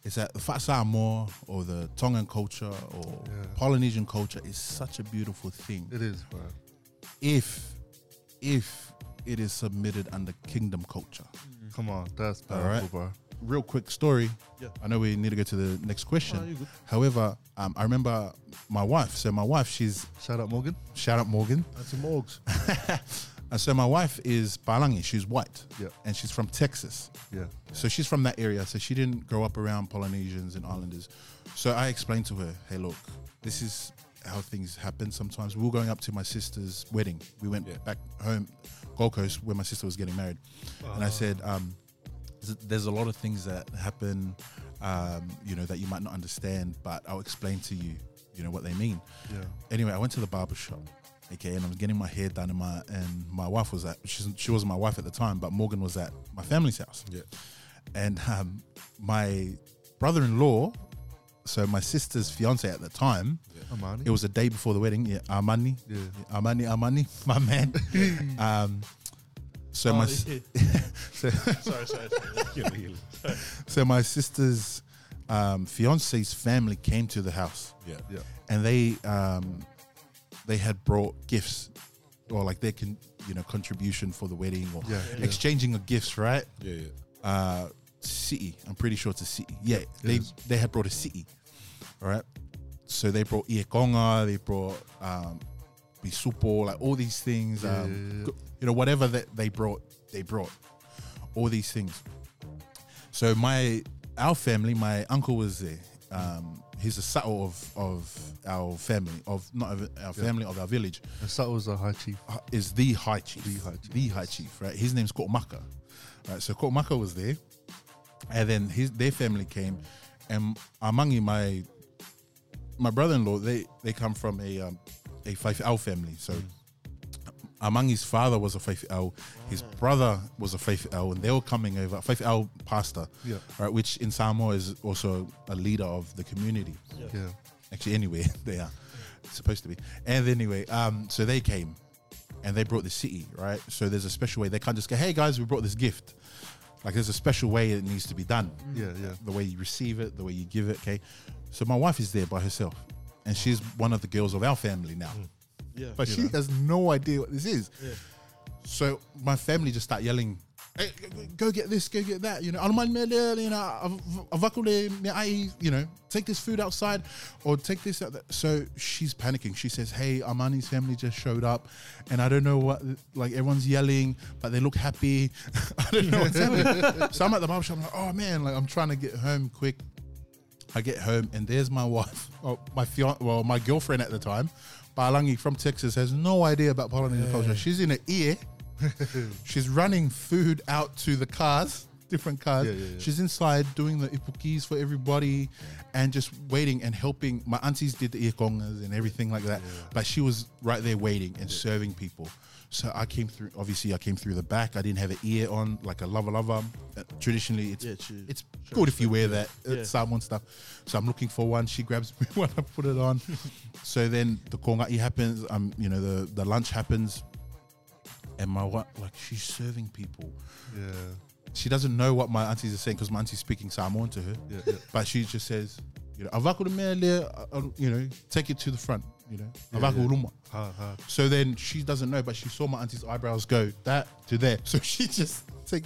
Speaker 1: It's that the Fat Samoa or the Tongan culture or
Speaker 2: Yeah.
Speaker 1: Polynesian culture is such a beautiful thing
Speaker 2: It is, man.
Speaker 1: if, if it is submitted under kingdom culture.
Speaker 2: Mm. Come on, that's
Speaker 1: Mm. All
Speaker 2: powerful,
Speaker 1: right.
Speaker 2: bro.
Speaker 1: Real quick story.
Speaker 6: Yeah.
Speaker 1: I know we need to go to the next question.
Speaker 6: Oh, you're good.
Speaker 1: However, um, I remember my wife. So my wife, she's
Speaker 2: Shout out Morgan.
Speaker 1: Shout out Morgan.
Speaker 5: That's a morgues.
Speaker 1: And so my wife is Balangi. She's white.
Speaker 2: Yeah.
Speaker 1: And she's from Texas.
Speaker 2: Yeah,
Speaker 1: So she's from that area. So she didn't grow up around Polynesians and Islanders. So I explained to her, hey, look, this is how things happen sometimes. We were going up to my sister's wedding. We went back home, Gold Coast, where my sister was getting married. And I said, um, th- there's a lot of things that happen, um, you know, that you might not understand, but I'll explain to you, you know, what they mean.
Speaker 2: Yeah.
Speaker 1: Anyway, I went to the barber shop, okay, and I was getting my hair done, and my and my wife was at she's, she wasn't my wife at the time, but Morgan was at my family's house.
Speaker 5: Yeah.
Speaker 1: And um, my brother-in-law, so my sister's fiance at the time,
Speaker 2: Amani.
Speaker 1: it was the day before the wedding. Yeah, Armani.
Speaker 2: Yeah.
Speaker 1: Armani, Armani, my man. um, so my s- so,
Speaker 6: Sorry, sorry. sorry.
Speaker 1: so my sister's um, fiance's family came to the house.
Speaker 5: Yeah.
Speaker 2: yeah,
Speaker 1: and they um, they had brought gifts or like their con- you know contribution for the wedding or
Speaker 2: Yeah, yeah.
Speaker 1: exchanging of gifts, right?
Speaker 5: Yeah, yeah.
Speaker 1: Uh, city, I'm pretty sure it's a city. Yeah, they
Speaker 2: is.
Speaker 1: they had brought a city, all right. So they brought Iekonga, they brought um, Bisupo, like all these things. um,
Speaker 2: yeah, yeah.
Speaker 1: go- You know, whatever that they brought, they brought all these things. So my our family, my uncle was there. Um, he's a sato of of our family, of not of our family, of our village.
Speaker 2: And Sat was a high chief.
Speaker 1: uh, Is the high chief,
Speaker 2: The high chief,
Speaker 1: The high chief, right? His name's Kotomaka. Right, so Kotomaka was there, and then his their family came, and Amangi, my my brother-in-law, they they come from a um, a Faifau family, so. Among his father was a Faith L, his brother was a Faith L, and they were coming over. Faith L pastor,
Speaker 2: Yeah.
Speaker 1: right, which in Samoa is also a leader of the community.
Speaker 2: Yeah,
Speaker 1: Actually, anywhere they are supposed to be. And anyway, um, so they came and they brought the city, right? So there's a special way they can't just go, hey guys, we brought this gift. Like there's a special way it needs to be done
Speaker 2: yeah, Mm. yeah.
Speaker 1: the way you receive it, the way you give it. Okay, so my wife is there by herself, and she's one of the girls of our family now.
Speaker 2: Mm.
Speaker 6: Yeah.
Speaker 1: but she has no idea what this is. So my family just start yelling, "Hey, g- g- "Go get this, go get that!" You know, "Alman mele, you know, av- avakule me ai," you know, take this food outside, or take this out. There. So she's panicking. She says, "Hey, Armani's family just showed up, and I don't know what. Like everyone's yelling, but they look happy. I don't know what's happening." So I'm at the barber shop. I'm like, "Oh man!" Like I'm trying to get home quick. I get home and there's my wife, or my fian- well, my girlfriend at the time, Balangi from Texas, has no idea about Polynesian culture. She's in her ear. She's running food out to the cars. different cars.
Speaker 2: Yeah, yeah, yeah.
Speaker 1: She's inside doing the ipukis for everybody and just waiting and helping. My aunties did the ikongas and everything like that, but she was right there waiting and serving people. So I came through. Obviously, I came through the back. I didn't have an ear on, like a lava lava. Uh, Traditionally, it's
Speaker 6: Yeah, true.
Speaker 1: it's good if you wear that uh,
Speaker 6: Yeah.
Speaker 1: Samoan stuff. So I'm looking for one. She grabs me when I put it on. so then the kongai happens. Um, you know the the lunch happens, and my wife like she's serving people.
Speaker 2: Yeah.
Speaker 1: She doesn't know what my aunties are saying because my auntie's speaking Samoan to her,
Speaker 2: Yeah, yeah.
Speaker 1: but she just says, you know, "Avaku mele," uh, uh, you know, take it to the front. You know, "Avaku luma."
Speaker 2: Ha, ha.
Speaker 1: So then she doesn't know, but she saw my auntie's eyebrows go that to there. So she just take,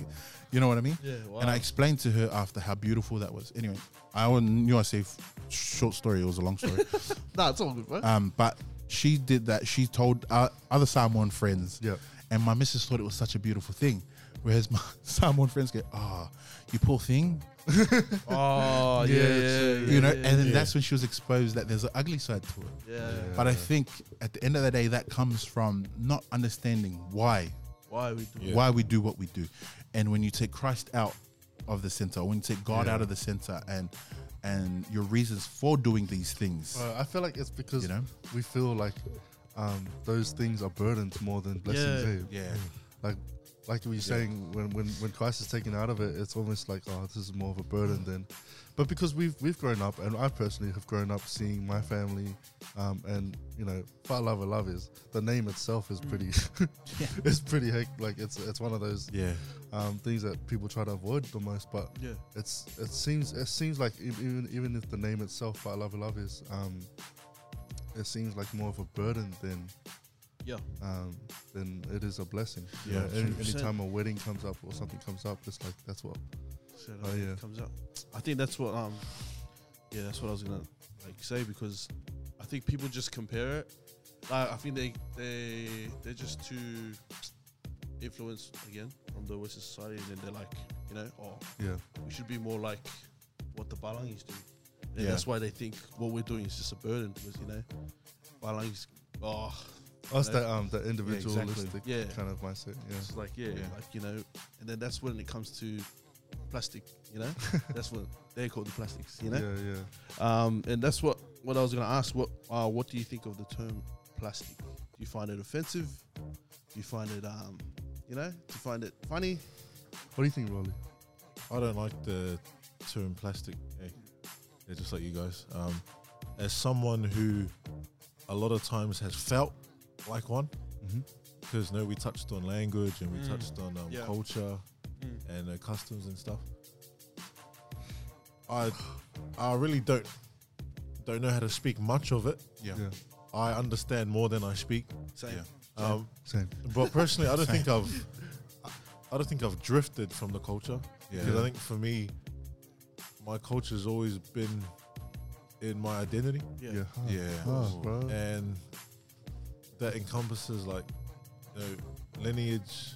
Speaker 1: you know what I mean?
Speaker 6: Yeah, wow.
Speaker 1: And I explained to her after how beautiful that was. Anyway, I alwa- knew I say short story. It was a long story.
Speaker 6: Nah, it's all good, bro.
Speaker 1: um, but she did that. She told uh, other Samoan friends.
Speaker 2: Yeah.
Speaker 1: And my missus thought it was such a beautiful thing. Whereas my Samoan friends go, ah, you poor thing.
Speaker 6: oh, yeah, yeah, yeah,
Speaker 1: you know,
Speaker 6: yeah,
Speaker 1: and then
Speaker 6: yeah.
Speaker 1: that's when she was exposed that there's an ugly side to it.
Speaker 6: yeah.
Speaker 1: But I think at the end of the day, that comes from not understanding why
Speaker 6: Why are we doing
Speaker 1: why we do what we do, and when you take Christ out of the center, when you take God out of the center, and and your reasons for doing these things.
Speaker 2: Uh, I feel like it's because
Speaker 1: You know?
Speaker 2: we feel like um, those things are burdens more than blessings. eh?
Speaker 1: Yeah.
Speaker 2: Like, like we were saying, when, when when Christ is taken out of it, it's almost like, oh, this is more of a burden than. But because we've we've grown up, and I personally have grown up seeing my family, um, and you know, Fat Lava Love is the name itself is pretty, it's pretty heck like it's it's one of those
Speaker 1: Yeah.
Speaker 2: um, things that people try to avoid the most. But
Speaker 6: Yeah.
Speaker 2: it's it seems it seems like e- even even if the name itself, "I Love Love," is um, it seems like more of a burden than
Speaker 6: Yeah.
Speaker 2: um, than it is a blessing. You
Speaker 1: Yeah,
Speaker 2: know, any,
Speaker 6: 100%.
Speaker 2: anytime a wedding comes up or something comes up, it's like that's what.
Speaker 6: So
Speaker 2: Oh, yeah.
Speaker 6: yeah. comes out. I think that's what um yeah, that's what I was gonna like say because I think people just compare it. Like I think they they they're just too influenced again from the Western society and then they're like, you know, oh
Speaker 2: Yeah,
Speaker 6: we should be more like what the Balangis do. And
Speaker 1: Yeah.
Speaker 6: that's why they think what we're doing is just a burden because you know Balangis oh
Speaker 2: us
Speaker 6: know?
Speaker 2: that um that individualistic
Speaker 6: Yeah.
Speaker 2: kind of mindset. Yeah,
Speaker 6: It's like yeah,
Speaker 1: Yeah.
Speaker 6: like you know, and then that's when it comes to plastic, you know. that's what they call the plastics, you know.
Speaker 2: yeah, yeah.
Speaker 6: Um, and that's what what I was going to ask. What uh, what do you think of the term plastic? Do you find it offensive? Do you find it um, you know, do you find it funny?
Speaker 2: What do you think, Rolly?
Speaker 5: I don't like the term plastic. Hey, yeah, just like you guys. Um, as someone who a lot of times has felt like one, because no, we touched on language and we touched on um,
Speaker 6: Mm. Yeah. Mm.
Speaker 5: culture and uh, customs and stuff. I, I really don't don't know how to speak much of it.
Speaker 1: Yeah.
Speaker 2: Yeah,
Speaker 5: I understand more than I speak.
Speaker 6: Same.
Speaker 1: Yeah.
Speaker 5: Um,
Speaker 2: same.
Speaker 5: but personally, I don't think I've, I don't think I've drifted from the culture.
Speaker 1: Yeah.
Speaker 5: Because I think for me, my culture's always been in my identity,
Speaker 6: Yeah.
Speaker 2: Yeah, hard.
Speaker 1: Yeah.
Speaker 2: Hard, Oh, bro.
Speaker 5: and that encompasses like, you know, lineage,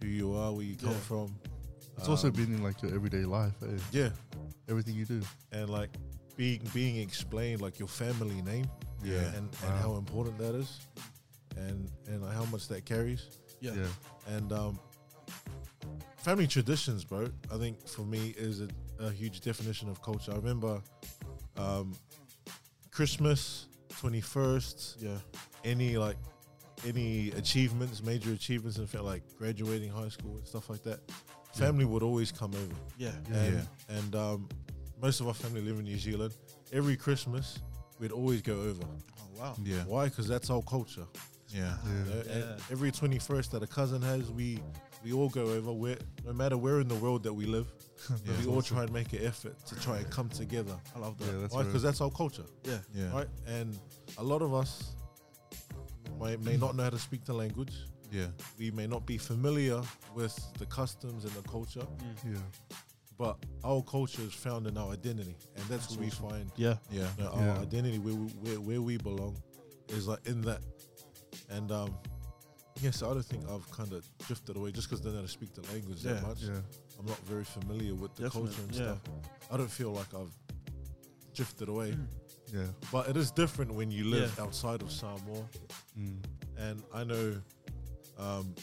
Speaker 5: who you are, where you come
Speaker 6: Yeah.
Speaker 5: from.
Speaker 2: It's also
Speaker 5: um,
Speaker 2: been in like your everyday life, eh?
Speaker 5: Yeah,
Speaker 2: everything you do.
Speaker 5: and like being being explained like your family name.
Speaker 1: Yeah.
Speaker 5: And, and
Speaker 2: Wow.
Speaker 5: how important that is, and and like, how much that carries.
Speaker 6: Yeah.
Speaker 2: Yeah,
Speaker 5: and um, family traditions, bro. I think for me is a, a huge definition of culture. I remember um, Christmas, twenty first,
Speaker 6: Yeah.
Speaker 5: any like any achievements, major achievements, and like graduating high school and stuff like that. Family would always come over,
Speaker 6: Yeah.
Speaker 5: and, and um, most of our family live in New Zealand. Every Christmas, we'd always go over.
Speaker 6: Oh wow.
Speaker 1: Yeah.
Speaker 5: Why? Because that's our culture.
Speaker 1: Yeah.
Speaker 5: You know, and
Speaker 6: Yeah.
Speaker 5: every 21st that a cousin has, we we all go over. We're, no matter where in the world that we live, we all try and make an effort to try and come together.
Speaker 6: I love
Speaker 2: yeah,
Speaker 6: that.
Speaker 2: that's
Speaker 5: Why?
Speaker 2: right.
Speaker 5: Because that's our culture,
Speaker 6: Yeah.
Speaker 1: Yeah.
Speaker 5: right? And a lot of us may, may not know how to speak the language.
Speaker 1: Yeah.
Speaker 5: We may not be familiar with the customs and the culture,
Speaker 2: Yeah,
Speaker 5: but our culture is found in our identity, and that's, where we find
Speaker 6: Yeah.
Speaker 1: Yeah.
Speaker 5: you know,
Speaker 2: Yeah.
Speaker 5: our identity where we, where, where we belong is like in that and um yes i don't think i've kind of drifted away just because they don't speak the language that
Speaker 6: Yeah,
Speaker 5: much
Speaker 2: yeah.
Speaker 5: i'm not very familiar with the
Speaker 6: Definitely,
Speaker 5: culture and
Speaker 6: yeah. Mm.
Speaker 5: stuff i don't feel like i've drifted away
Speaker 2: Yeah,
Speaker 5: but it is different when you live
Speaker 6: Yeah.
Speaker 5: outside of samoa
Speaker 2: mm.
Speaker 5: and i know um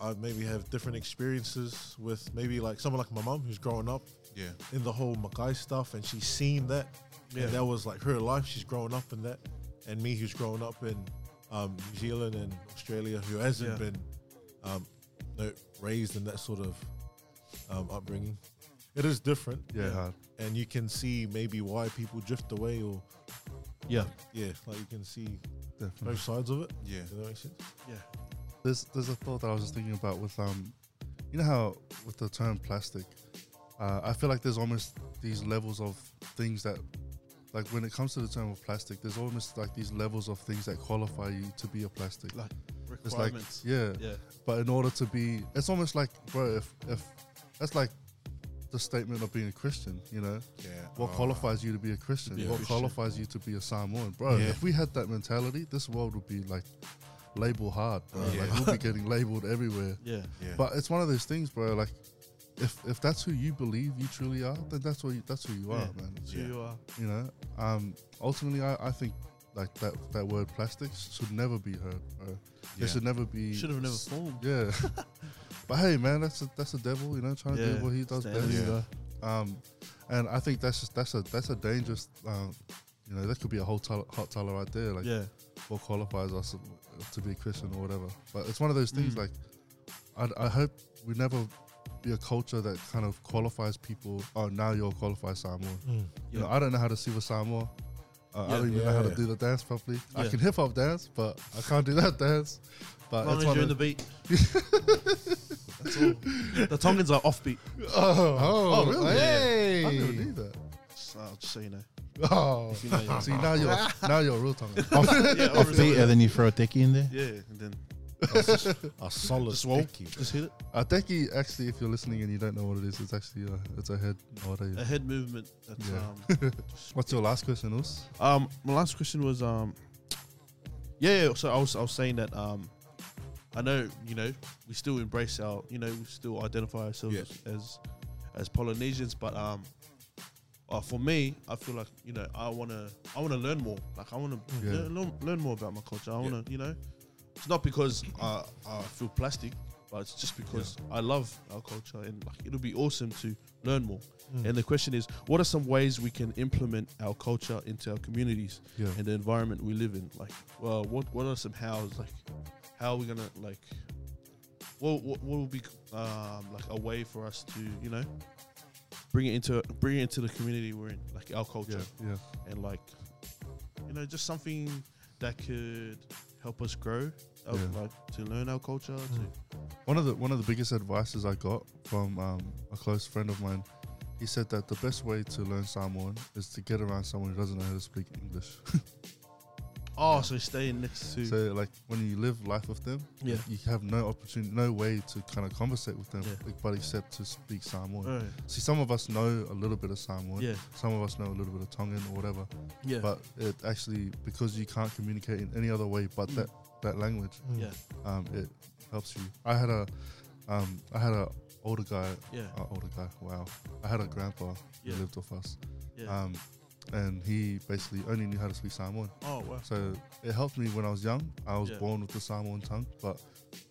Speaker 5: I- I maybe have different experiences with maybe like someone like my mum who's growing up
Speaker 1: Yeah.
Speaker 5: in the whole Makai stuff and she's seen that.
Speaker 6: Yeah.
Speaker 5: And that was like her life. She's growing up in that. And me who's growing up in um, New Zealand and Australia who hasn't
Speaker 6: Yeah.
Speaker 5: been um, you know, raised in that sort of um, upbringing. It is different.
Speaker 2: Yeah, hard.
Speaker 5: And you can see maybe why people drift away or,
Speaker 6: Yeah.
Speaker 5: yeah, like you can see
Speaker 2: Definitely.
Speaker 5: both sides of it.
Speaker 1: Mm. Yeah.
Speaker 5: Does that make sense?
Speaker 6: Yeah.
Speaker 2: There's there's a thought that I was just thinking about with um, you know how with the term plastic, uh, I feel like there's almost these levels of things that, like when it comes to the term of plastic, there's almost like these levels of things that qualify you to be a plastic.
Speaker 6: Like
Speaker 2: it's like
Speaker 6: requirements.
Speaker 2: yeah,
Speaker 6: yeah.
Speaker 2: But in order to be, it's almost like bro, if if that's like the statement of being a Christian, you know,
Speaker 1: Yeah.
Speaker 2: what
Speaker 1: Oh.
Speaker 2: qualifies you to be a Christian?
Speaker 5: Yeah.
Speaker 2: What
Speaker 5: Christian.
Speaker 2: qualifies you to be a Samoan, bro?
Speaker 1: Yeah.
Speaker 2: If we had that mentality, this world would be like label hard, bro.
Speaker 1: Yeah.
Speaker 2: Like we'll be getting labeled everywhere.
Speaker 6: Yeah.
Speaker 1: Yeah.
Speaker 2: But it's one of those things, bro. Like if if that's who you believe you truly are, then that's what you, that's who you are,
Speaker 6: Yeah.
Speaker 2: man.
Speaker 6: So you are.
Speaker 2: You know. Um. Ultimately, I, I think like that that word plastics should never be heard, bro.
Speaker 1: Yeah.
Speaker 2: It should never be.
Speaker 6: Should have never formed.
Speaker 2: Yeah. but hey, man, that's a, that's the devil, you know, trying to
Speaker 6: Yeah,
Speaker 2: do what he does
Speaker 6: it's the
Speaker 2: best.
Speaker 1: enemy,
Speaker 2: Um, and I think that's just that's a that's a dangerous, um, you know, that could be a whole tol- hot teller right there. Like,
Speaker 6: Yeah.
Speaker 2: what qualifies us to be a Christian or whatever. But it's one of those
Speaker 6: Mm.
Speaker 2: things. Like, I, I hope we never be a culture that kind of qualifies people. Oh, now you're a qualified Samoan. You know, I don't know how to see with Samoa. Uh, I
Speaker 6: Mm. Yeah.
Speaker 2: don't even know how to
Speaker 5: Yeah.
Speaker 2: do the dance properly. I
Speaker 6: Yeah.
Speaker 2: can hip hop dance, but I can't do that dance. But
Speaker 6: As long
Speaker 2: it's
Speaker 6: as
Speaker 2: one
Speaker 6: you're in
Speaker 2: of-
Speaker 6: the beat. That's all. The Tongans are offbeat.
Speaker 2: Oh, oh, really?
Speaker 1: Hey.
Speaker 2: I never knew that.
Speaker 6: So I'll just say no.
Speaker 2: Oh,
Speaker 6: You know, yeah.
Speaker 2: see now you're now you're a real Oh, tongue.
Speaker 6: yeah,
Speaker 1: Off beat,
Speaker 6: yeah.
Speaker 1: and then you throw a techie in there.
Speaker 6: yeah, and then
Speaker 5: A solid
Speaker 6: Just walk.
Speaker 5: techie, bro.
Speaker 6: just hit it.
Speaker 2: Ateki, actually, if you're listening and you don't know what it is, it's actually uh, it's a head nowadays.
Speaker 6: A head movement. That's,
Speaker 2: Yeah.
Speaker 6: um,
Speaker 2: What's your last question, Us?
Speaker 6: Um, my last question was um, yeah. yeah, So I was I was saying that um, I know you know we still embrace our you know we still identify ourselves
Speaker 1: Yeah.
Speaker 6: as as Polynesians, but um, uh, for me I feel like you know I wanna I wanna learn more. Like I wanna
Speaker 2: Yeah.
Speaker 6: learn, learn, learn more about my culture. I wanna you know it's not because uh, I feel plastic, but it's just because I love our culture and like, it'll be awesome to learn more.
Speaker 2: Mm.
Speaker 6: And the question is, what are some ways we can implement our culture into our communities
Speaker 2: Yeah.
Speaker 6: and the environment we live in? Like, well, what what are some hows? Like, how are we gonna like? What what, what will be um, like a way for us to you know bring it into bring it into the community we're in, like our culture?
Speaker 2: Yeah, yeah,
Speaker 6: and like you know just something that could help us grow uh,
Speaker 2: Yeah. Mm.
Speaker 6: like to learn our culture to,
Speaker 2: One of the one of the biggest advices I got from um, a close friend of mine, he said that the best way to learn Samoan is to get around someone who doesn't know how to speak English.
Speaker 6: Hmm. oh so staying next to
Speaker 2: so like when you live life with them,
Speaker 6: Yeah.
Speaker 2: you have no opportunity, no way to kind of conversate with them,
Speaker 6: Yeah.
Speaker 2: but except to speak Samoan.
Speaker 6: Right.
Speaker 2: See, some of us know a little bit of Samoan.
Speaker 6: oh, Yeah.
Speaker 2: Some of us know a little bit of Tongan or whatever.
Speaker 6: yeah
Speaker 2: But it actually, because you can't communicate in any other way
Speaker 6: Hmm.
Speaker 2: but that that language,
Speaker 6: yeah
Speaker 2: um, it helps you. I had a, um, I had a older guy.
Speaker 6: Yeah.
Speaker 2: uh, older guy. Wow. I had a grandpa
Speaker 6: Yeah.
Speaker 2: who lived with us.
Speaker 6: yeah
Speaker 2: Um, and he basically only knew how to speak Samoan.
Speaker 6: oh wow
Speaker 2: So it helped me when I was young. I was
Speaker 6: Yeah.
Speaker 2: born with the Samoan tongue, but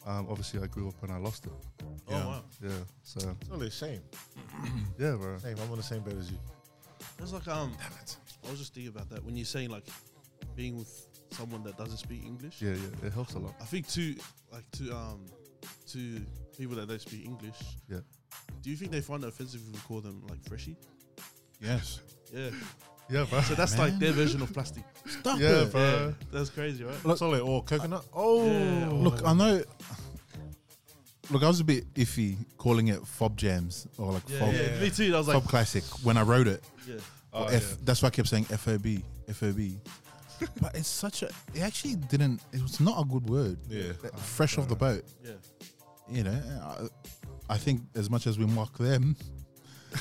Speaker 2: um, obviously I grew up and I lost it.
Speaker 6: oh
Speaker 1: yeah.
Speaker 6: wow
Speaker 2: Yeah. So
Speaker 5: It's only a shame.
Speaker 2: yeah, bro.
Speaker 5: Same. I'm on the same boat as you.
Speaker 6: that's like um I was just thinking about that when you're saying like being with someone that doesn't speak English
Speaker 2: Yeah, yeah. It helps a lot.
Speaker 6: I think to like to um to people that don't speak English
Speaker 2: Yeah.
Speaker 6: do you think they find it offensive if we call them like freshie
Speaker 1: Yes.
Speaker 6: yeah
Speaker 2: Yeah, bro.
Speaker 6: so that's like their version of plastic
Speaker 1: Stop
Speaker 2: yeah,
Speaker 1: it.
Speaker 2: bro.
Speaker 6: that's crazy right
Speaker 5: Look, solid or coconut. oh,
Speaker 6: Yeah.
Speaker 1: Look, I know. Look, I was a bit iffy calling it fob jams or like
Speaker 6: Yeah,
Speaker 1: fob,
Speaker 6: yeah, me too. I was like,
Speaker 1: fob classic when I wrote it.
Speaker 6: Oh, yeah,
Speaker 1: Or F, That's why I kept saying FOB, FOB. but it's such a. It actually didn't. It was not a good word.
Speaker 5: Yeah.
Speaker 1: That- Fresh off the boat,
Speaker 6: yeah,
Speaker 1: you know. I, I think as much as we mock them,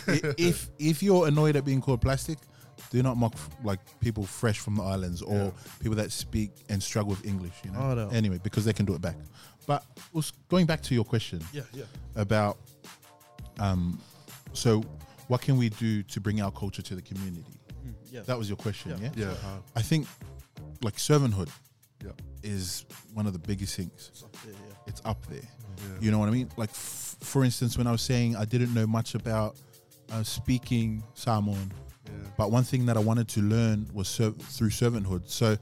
Speaker 1: i- if if you're annoyed at being called plastic, do not mock like people fresh from the islands or people that speak and struggle with English. You know.
Speaker 6: Oh, no.
Speaker 1: Anyway, because they can do it back. But was- going back to your question,
Speaker 6: yeah, yeah,
Speaker 1: about um, so what can we do to bring our culture to the community?
Speaker 6: Mm, yeah.
Speaker 1: That was your question, yeah?
Speaker 6: Yeah.
Speaker 2: Yeah. hard.
Speaker 1: I think like servanthood
Speaker 2: Yeah.
Speaker 1: is one of the biggest things.
Speaker 6: yeah, yeah.
Speaker 1: It's up there. You know what I mean? Like, f- for instance, when I was saying I didn't know much about uh, speaking Samoan, but one thing that I wanted to learn was ser- through servanthood. So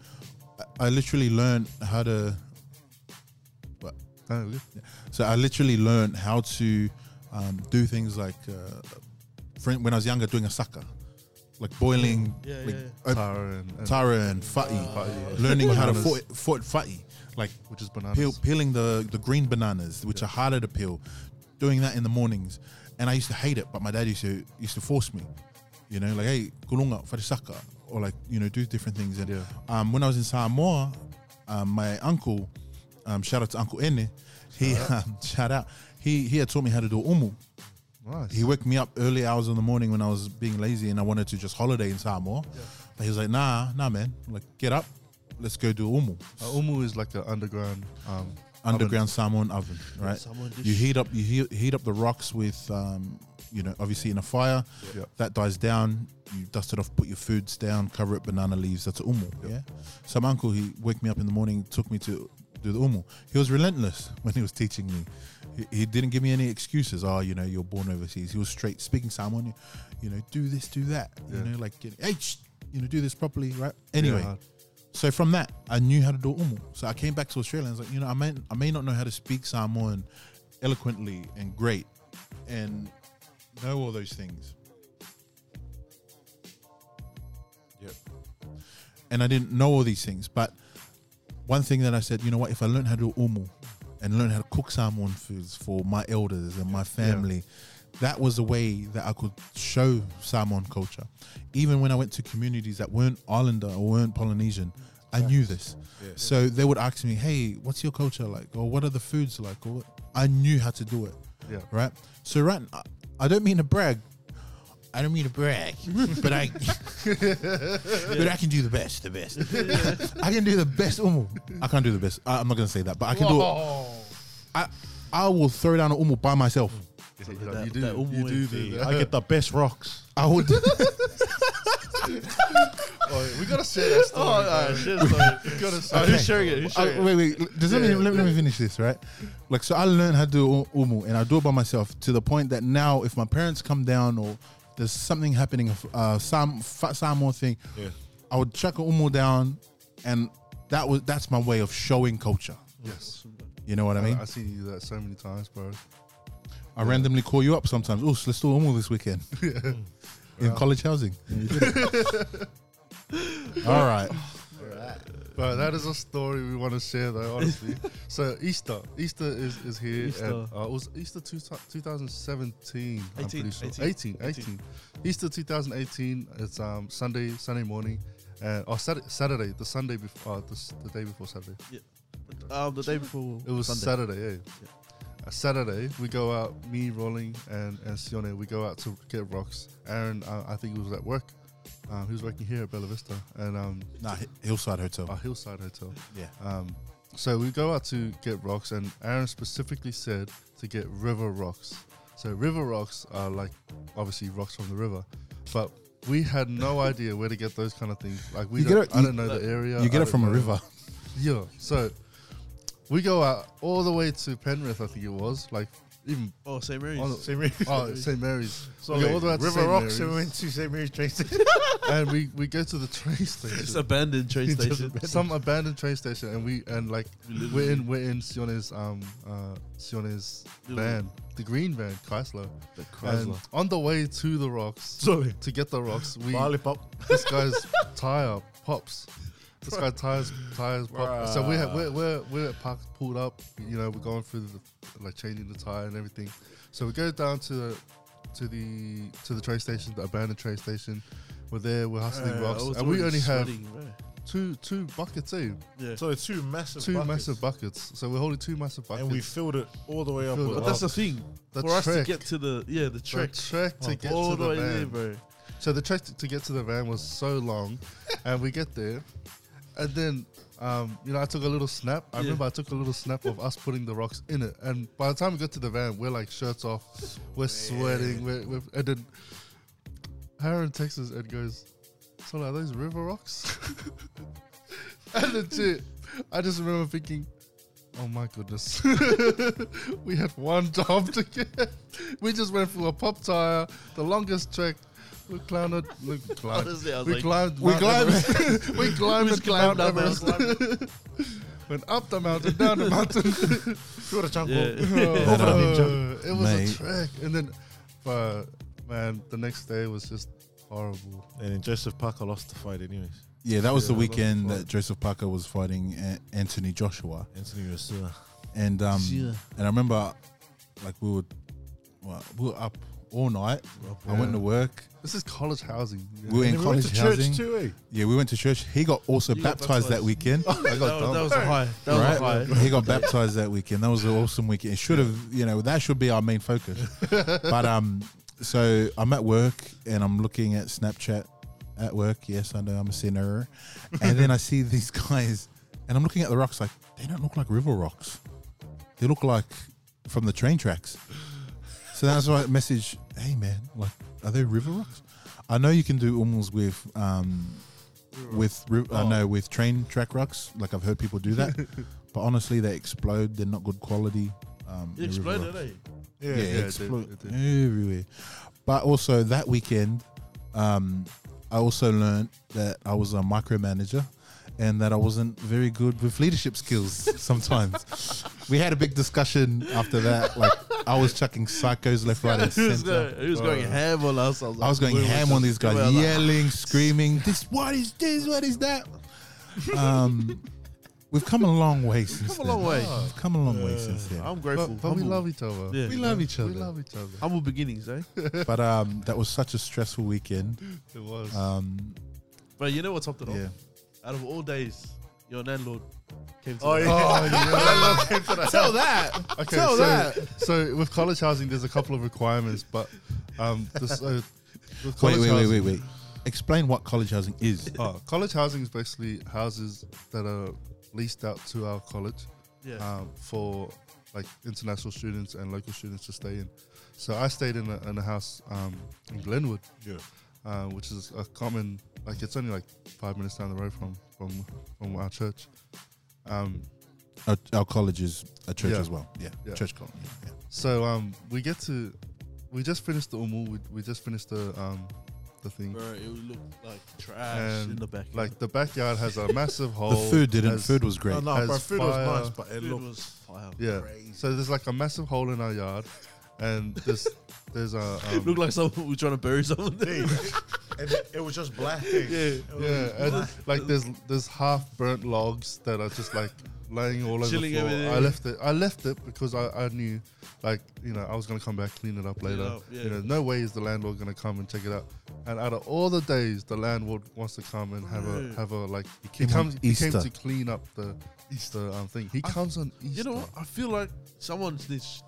Speaker 1: I, I literally learned how to. What? So I literally learned how to um, do things like, uh, for, when I was younger, doing a saka. Like boiling,
Speaker 6: Yeah, yeah,
Speaker 1: like
Speaker 6: yeah.
Speaker 1: op-
Speaker 2: Tara and- and-
Speaker 1: Oh, Tara and Fati,
Speaker 2: Fati, yeah.
Speaker 1: learning how to
Speaker 2: Bananas.
Speaker 1: fort, fort Fati, like
Speaker 2: Which is bananas.
Speaker 1: peel, peeling the, the green bananas, which are harder to peel, doing that in the mornings. And I used to hate it, but my dad used to used to force me, you know, like hey, kulunga farisaka, or like you know, do different things. And um, when I was in Samoa, um, my uncle, um, shout out to Uncle Enne, he um, shout out, he he had taught me how to do umu.
Speaker 2: Nice.
Speaker 1: He woke me up early hours in the morning when I was being lazy and I wanted to just holiday in Samoa. But he was like, nah, nah, man, like get up, let's go do umu
Speaker 2: Uh, umu is like an underground. Um,
Speaker 1: underground salmon oven, right?
Speaker 6: Samoan dish.
Speaker 1: You heat up you heat, heat up the rocks with um, you know, obviously in a fire.
Speaker 2: Yeah.
Speaker 1: That dies down, you dust it off, put your foods down, cover it banana leaves, that's umu, yeah. So my uncle he woke me up in the morning, took me to do the umu. He was relentless when he was teaching me. He, he didn't give me any excuses. Oh, you know, you're born overseas. He was straight speaking salmon, you know, do this, do that. You know, like get, hey, shh, you know, do this properly, right? Anyway.
Speaker 2: hard.
Speaker 1: So from that, I knew how to do umu. So I came back to Australia and I was like, you know, I may, I may not know how to speak Samoan eloquently and great and know all those things. Yep. And I didn't know all these things. But one thing that I said, you know what, if I learn how to do umu and learn how to cook Samoan foods for my elders and my family, that was a way that I could show Samoan culture. Even when I went to communities that weren't Islander or weren't Polynesian, I knew this. So they would ask me, hey, what's your culture like? Or what are the foods like? Or what? I knew how to do it.
Speaker 2: Yeah.
Speaker 1: Right? So, right, I- I don't mean to brag. I don't mean to brag, but I, but I can do the best, the best. I can do the best. Umu. I can't do the best. I, I'm not gonna say that, but I can do it. I, I will throw down an umu by myself.
Speaker 6: That-
Speaker 2: you do.
Speaker 6: that umu
Speaker 2: you do,
Speaker 6: and
Speaker 2: do
Speaker 6: tea.
Speaker 2: that.
Speaker 5: I get the best rocks.
Speaker 1: I would.
Speaker 2: we gotta share that story.
Speaker 6: Oh, shit, sorry.
Speaker 2: gotta
Speaker 6: Oh,
Speaker 2: say
Speaker 6: who's sharing it? Who's
Speaker 1: Uh,
Speaker 6: sharing it?
Speaker 1: wait, wait. l- Just let, me, let, me- let me finish this, right? Like, so I learned how to do u- umu, and I do it by myself to the point that now, if my parents come down or there's something happening, uh, some fa- Samoan thing,
Speaker 5: Yeah.
Speaker 1: I would chuck an umu down, and that was that's my way of showing culture.
Speaker 2: yes.
Speaker 1: You know what I
Speaker 2: I,
Speaker 1: mean?
Speaker 2: I seen you do that so many times, bro.
Speaker 1: I randomly call you up sometimes. Oh, let's do umu this weekend in college housing. All right.
Speaker 2: But that is a story we want to share, though. Honestly, so Easter, Easter is, is here.
Speaker 6: Easter.
Speaker 2: And, uh, it was Easter two, 2017. I'm
Speaker 6: 18,
Speaker 2: pretty sure.
Speaker 6: 18,
Speaker 2: 18, 18. Easter 2018. It's um Sunday, Sunday morning, and or Saturday, Saturday the Sunday before, uh, the, s- the day before Saturday.
Speaker 6: Um, the day before.
Speaker 2: It was
Speaker 6: Sunday.
Speaker 2: Saturday, yeah. Uh, Saturday, we go out, me, Rolling, and, and Sione, we go out to get rocks. Aaron, uh, I think he was at work. Um, he was working here at Bella Vista and um,
Speaker 1: Nah, Hi- Hillside
Speaker 2: our
Speaker 1: Hotel.
Speaker 2: Hillside Hotel.
Speaker 1: Yeah.
Speaker 2: Um, so we go out to get rocks, and Aaron specifically said to get river rocks. So river rocks are like obviously rocks from the river, but we had no idea where to get those kind of things. Like we
Speaker 1: You get
Speaker 2: don't,
Speaker 1: it-
Speaker 2: I
Speaker 1: you-
Speaker 2: don't know the
Speaker 1: You
Speaker 2: area. I
Speaker 1: get it
Speaker 2: don't
Speaker 1: from a
Speaker 2: know-
Speaker 1: river.
Speaker 2: yeah. So we go out all the way to Penrith, I think it was. Like even
Speaker 6: Oh, St. Mary's.
Speaker 2: on
Speaker 5: St. Mary's.
Speaker 2: Oh, St. Mary's. So we
Speaker 5: Sorry,
Speaker 2: go all the way out to
Speaker 5: River
Speaker 2: St.
Speaker 5: Rocks and we
Speaker 2: Mary's,
Speaker 5: went to St. Mary's train station.
Speaker 2: and we, we go to the train station.
Speaker 6: It's abandoned train
Speaker 5: Just
Speaker 6: station.
Speaker 5: abandoned.
Speaker 2: some abandoned train station, and we and like we're in we're in Sione's um uh Sione's
Speaker 6: Little-
Speaker 2: van, the green van, Chrysler.
Speaker 6: The
Speaker 2: And
Speaker 6: Chrysler.
Speaker 2: on the way to the rocks,
Speaker 5: Sorry.
Speaker 2: to get the rocks, we
Speaker 5: Barley pop.
Speaker 2: this guy's tire pops. This guy's tires tires pop. So we're we're we're, we're at park, pulled up. You know, we're going through the, like changing the tire and everything. So we go down to the to the to the train station, the abandoned train station. We're there. We're hustling
Speaker 6: Uh, I
Speaker 2: rocks,
Speaker 6: was
Speaker 2: and we
Speaker 6: already
Speaker 2: only have
Speaker 6: sweating, bro.
Speaker 2: two two buckets. Eh?
Speaker 6: Yeah.
Speaker 5: So it's two massive
Speaker 2: Two
Speaker 5: buckets.
Speaker 2: massive buckets. So we're holding two massive buckets.
Speaker 5: And we filled it all the way up.
Speaker 2: Filled
Speaker 5: with
Speaker 2: it
Speaker 6: But that's the
Speaker 5: rocks.
Speaker 6: thing.
Speaker 2: The
Speaker 6: for us to
Speaker 2: trek.
Speaker 6: get to the Oh, yeah the
Speaker 2: the
Speaker 6: trek.
Speaker 2: trek to get
Speaker 6: all
Speaker 2: to
Speaker 6: the
Speaker 2: the
Speaker 6: way
Speaker 2: van.
Speaker 6: there, bro.
Speaker 2: So the trek to, to get to the van was so long, and we get there, and then um, you know I took a little snap. I
Speaker 6: Yeah.
Speaker 2: remember I took a little snap of us putting the rocks in it, and by the time we got to the van, we're like shirts off, we're sweating, we're, we're and then Aaron texts us and goes, "So are those river rocks?" and legit, I just remember thinking, Oh my goodness. we had one job to get. We just went through a pop tire, the longest trek. We climbed it. We climbed.
Speaker 6: Honestly, I was
Speaker 2: we,
Speaker 6: like-
Speaker 2: climbed
Speaker 1: We
Speaker 2: Mount
Speaker 1: climbed.
Speaker 2: Everest. we climbed.
Speaker 6: We just
Speaker 2: and climbed
Speaker 6: climbed up,
Speaker 2: Mount
Speaker 6: man.
Speaker 2: Everest. Went up the mountain, down the mountain. through the jungle.
Speaker 6: Yeah.
Speaker 2: Oh, it was
Speaker 1: Mate.
Speaker 2: a trek. And then, but man, the next day was just horrible.
Speaker 5: And then Joseph Parker lost the fight, anyways.
Speaker 1: Yeah, that was the
Speaker 5: Yeah, that was
Speaker 1: weekend
Speaker 5: fun.
Speaker 1: that Joseph Parker was fighting A- Anthony Joshua,
Speaker 5: Anthony was uh,
Speaker 1: and um, and I remember, like we were, well, we were up all night. I went to work.
Speaker 2: This is college housing. Yeah.
Speaker 1: We were in
Speaker 5: and we went
Speaker 1: college
Speaker 5: to
Speaker 1: housing.
Speaker 5: church too, eh?
Speaker 1: Yeah, we went to church. He got also
Speaker 6: got
Speaker 1: baptized, that
Speaker 6: baptized.
Speaker 1: weekend.
Speaker 6: that, was, that was a high. That was a high.
Speaker 1: right? He got baptized that weekend. That was an awesome weekend. It should have, you know, that should be our main focus. but um, so I'm at work and I'm looking at Snapchat at work. Yes, I know I'm a sinner. And then I see these guys, and I'm looking at the rocks like they don't look like river rocks. They look like from the train tracks. So that's why I message, hey man, like, are there river rocks? I know you can do umals with um, with ri- uh, no with train track rocks. Like I've heard people do that, but honestly, they explode. They're not good quality. Um,
Speaker 6: It
Speaker 1: the river
Speaker 6: exploded,
Speaker 1: rocks.
Speaker 6: eh?
Speaker 1: Yeah,
Speaker 2: yeah, it did,
Speaker 1: explode
Speaker 2: it did.
Speaker 1: everywhere. But also that weekend, um, I also learned that I was a micromanager. And that I wasn't very good with leadership skills sometimes. we had a big discussion after that. Like, I was chucking psychos left, right, and
Speaker 6: He was
Speaker 1: center.
Speaker 6: going, he was going ham on us. I was, uh, like,
Speaker 1: I was going
Speaker 6: we were
Speaker 1: ham
Speaker 6: just-
Speaker 1: on these guys,
Speaker 6: we were like-
Speaker 1: yelling, screaming. This, what is this? What is that? Um, we've come a long way since
Speaker 6: Come a
Speaker 1: then.
Speaker 6: long way.
Speaker 1: We've come a long way since then.
Speaker 6: I'm grateful.
Speaker 2: But, but we
Speaker 6: Humble.
Speaker 2: love each other.
Speaker 6: Yeah.
Speaker 1: We love each
Speaker 2: We
Speaker 1: other.
Speaker 2: love each other.
Speaker 6: Humble beginnings, eh?
Speaker 1: But um, that was such a stressful weekend.
Speaker 2: It was.
Speaker 1: Um,
Speaker 6: But you know what topped it off?
Speaker 1: yeah.
Speaker 6: Out of all days, your landlord came to
Speaker 5: Oh,
Speaker 6: the-
Speaker 5: yeah.
Speaker 2: Oh yeah.
Speaker 1: Tell that.
Speaker 2: Okay,
Speaker 1: Tell
Speaker 2: so,
Speaker 1: that.
Speaker 2: so with college housing, there's a couple of requirements, but um, this, uh, with
Speaker 1: Wait,
Speaker 2: college
Speaker 1: wait, wait,
Speaker 2: housing-
Speaker 1: wait, wait. Explain what college housing is.
Speaker 2: Oh, college housing is basically houses that are leased out to our college
Speaker 6: yeah.
Speaker 5: Oh.
Speaker 2: um, for like international students and local students to stay in. So I stayed in a, in a house um, in Glenwood,
Speaker 5: Yeah.
Speaker 2: uh, which is a common like it's only like five minutes down the road from from from our church. Um,
Speaker 1: Our, our college is a church
Speaker 2: Yeah.
Speaker 1: as well. Yeah.
Speaker 2: Yeah.
Speaker 1: Church college. Yeah.
Speaker 2: So um, we get to, we just finished the umu. We, we just finished the um, the thing.
Speaker 6: Bro, it would look like trash
Speaker 2: And,
Speaker 6: in the back.
Speaker 2: Like the backyard has a massive hole.
Speaker 1: The
Speaker 6: Oh,
Speaker 1: food didn't.
Speaker 2: has-
Speaker 1: food was great.
Speaker 5: No, no,
Speaker 2: Has
Speaker 5: Oh, bro, food
Speaker 2: fire.
Speaker 5: was nice, but it
Speaker 6: Food
Speaker 5: looked
Speaker 6: was fire.
Speaker 2: Yeah.
Speaker 5: Crazy.
Speaker 2: So there's like a massive hole in our yard, and there's there's a um,
Speaker 6: Looked like someone was trying to bury someone. There.
Speaker 5: and it, it was just black. eh?
Speaker 6: yeah.
Speaker 2: yeah,
Speaker 6: Oh,
Speaker 2: and it's like there's there's half burnt logs that are just like laying all over
Speaker 6: Chilling
Speaker 2: the floor.
Speaker 6: over there.
Speaker 2: I left it. I left it because I, I knew, like you know, I was gonna come back clean it up
Speaker 6: Clean it
Speaker 2: later.
Speaker 6: up, yeah.
Speaker 2: You know, no way is the landlord gonna come and check it out. And out of all the days, the landlord wants to come and have a
Speaker 6: Right.
Speaker 2: have a like. He,
Speaker 1: came
Speaker 2: comes.
Speaker 1: on
Speaker 2: He came
Speaker 1: Easter.
Speaker 2: to clean up the Easter um, thing. He
Speaker 6: I-
Speaker 2: comes on Easter.
Speaker 6: You know what? I feel like someone snitched.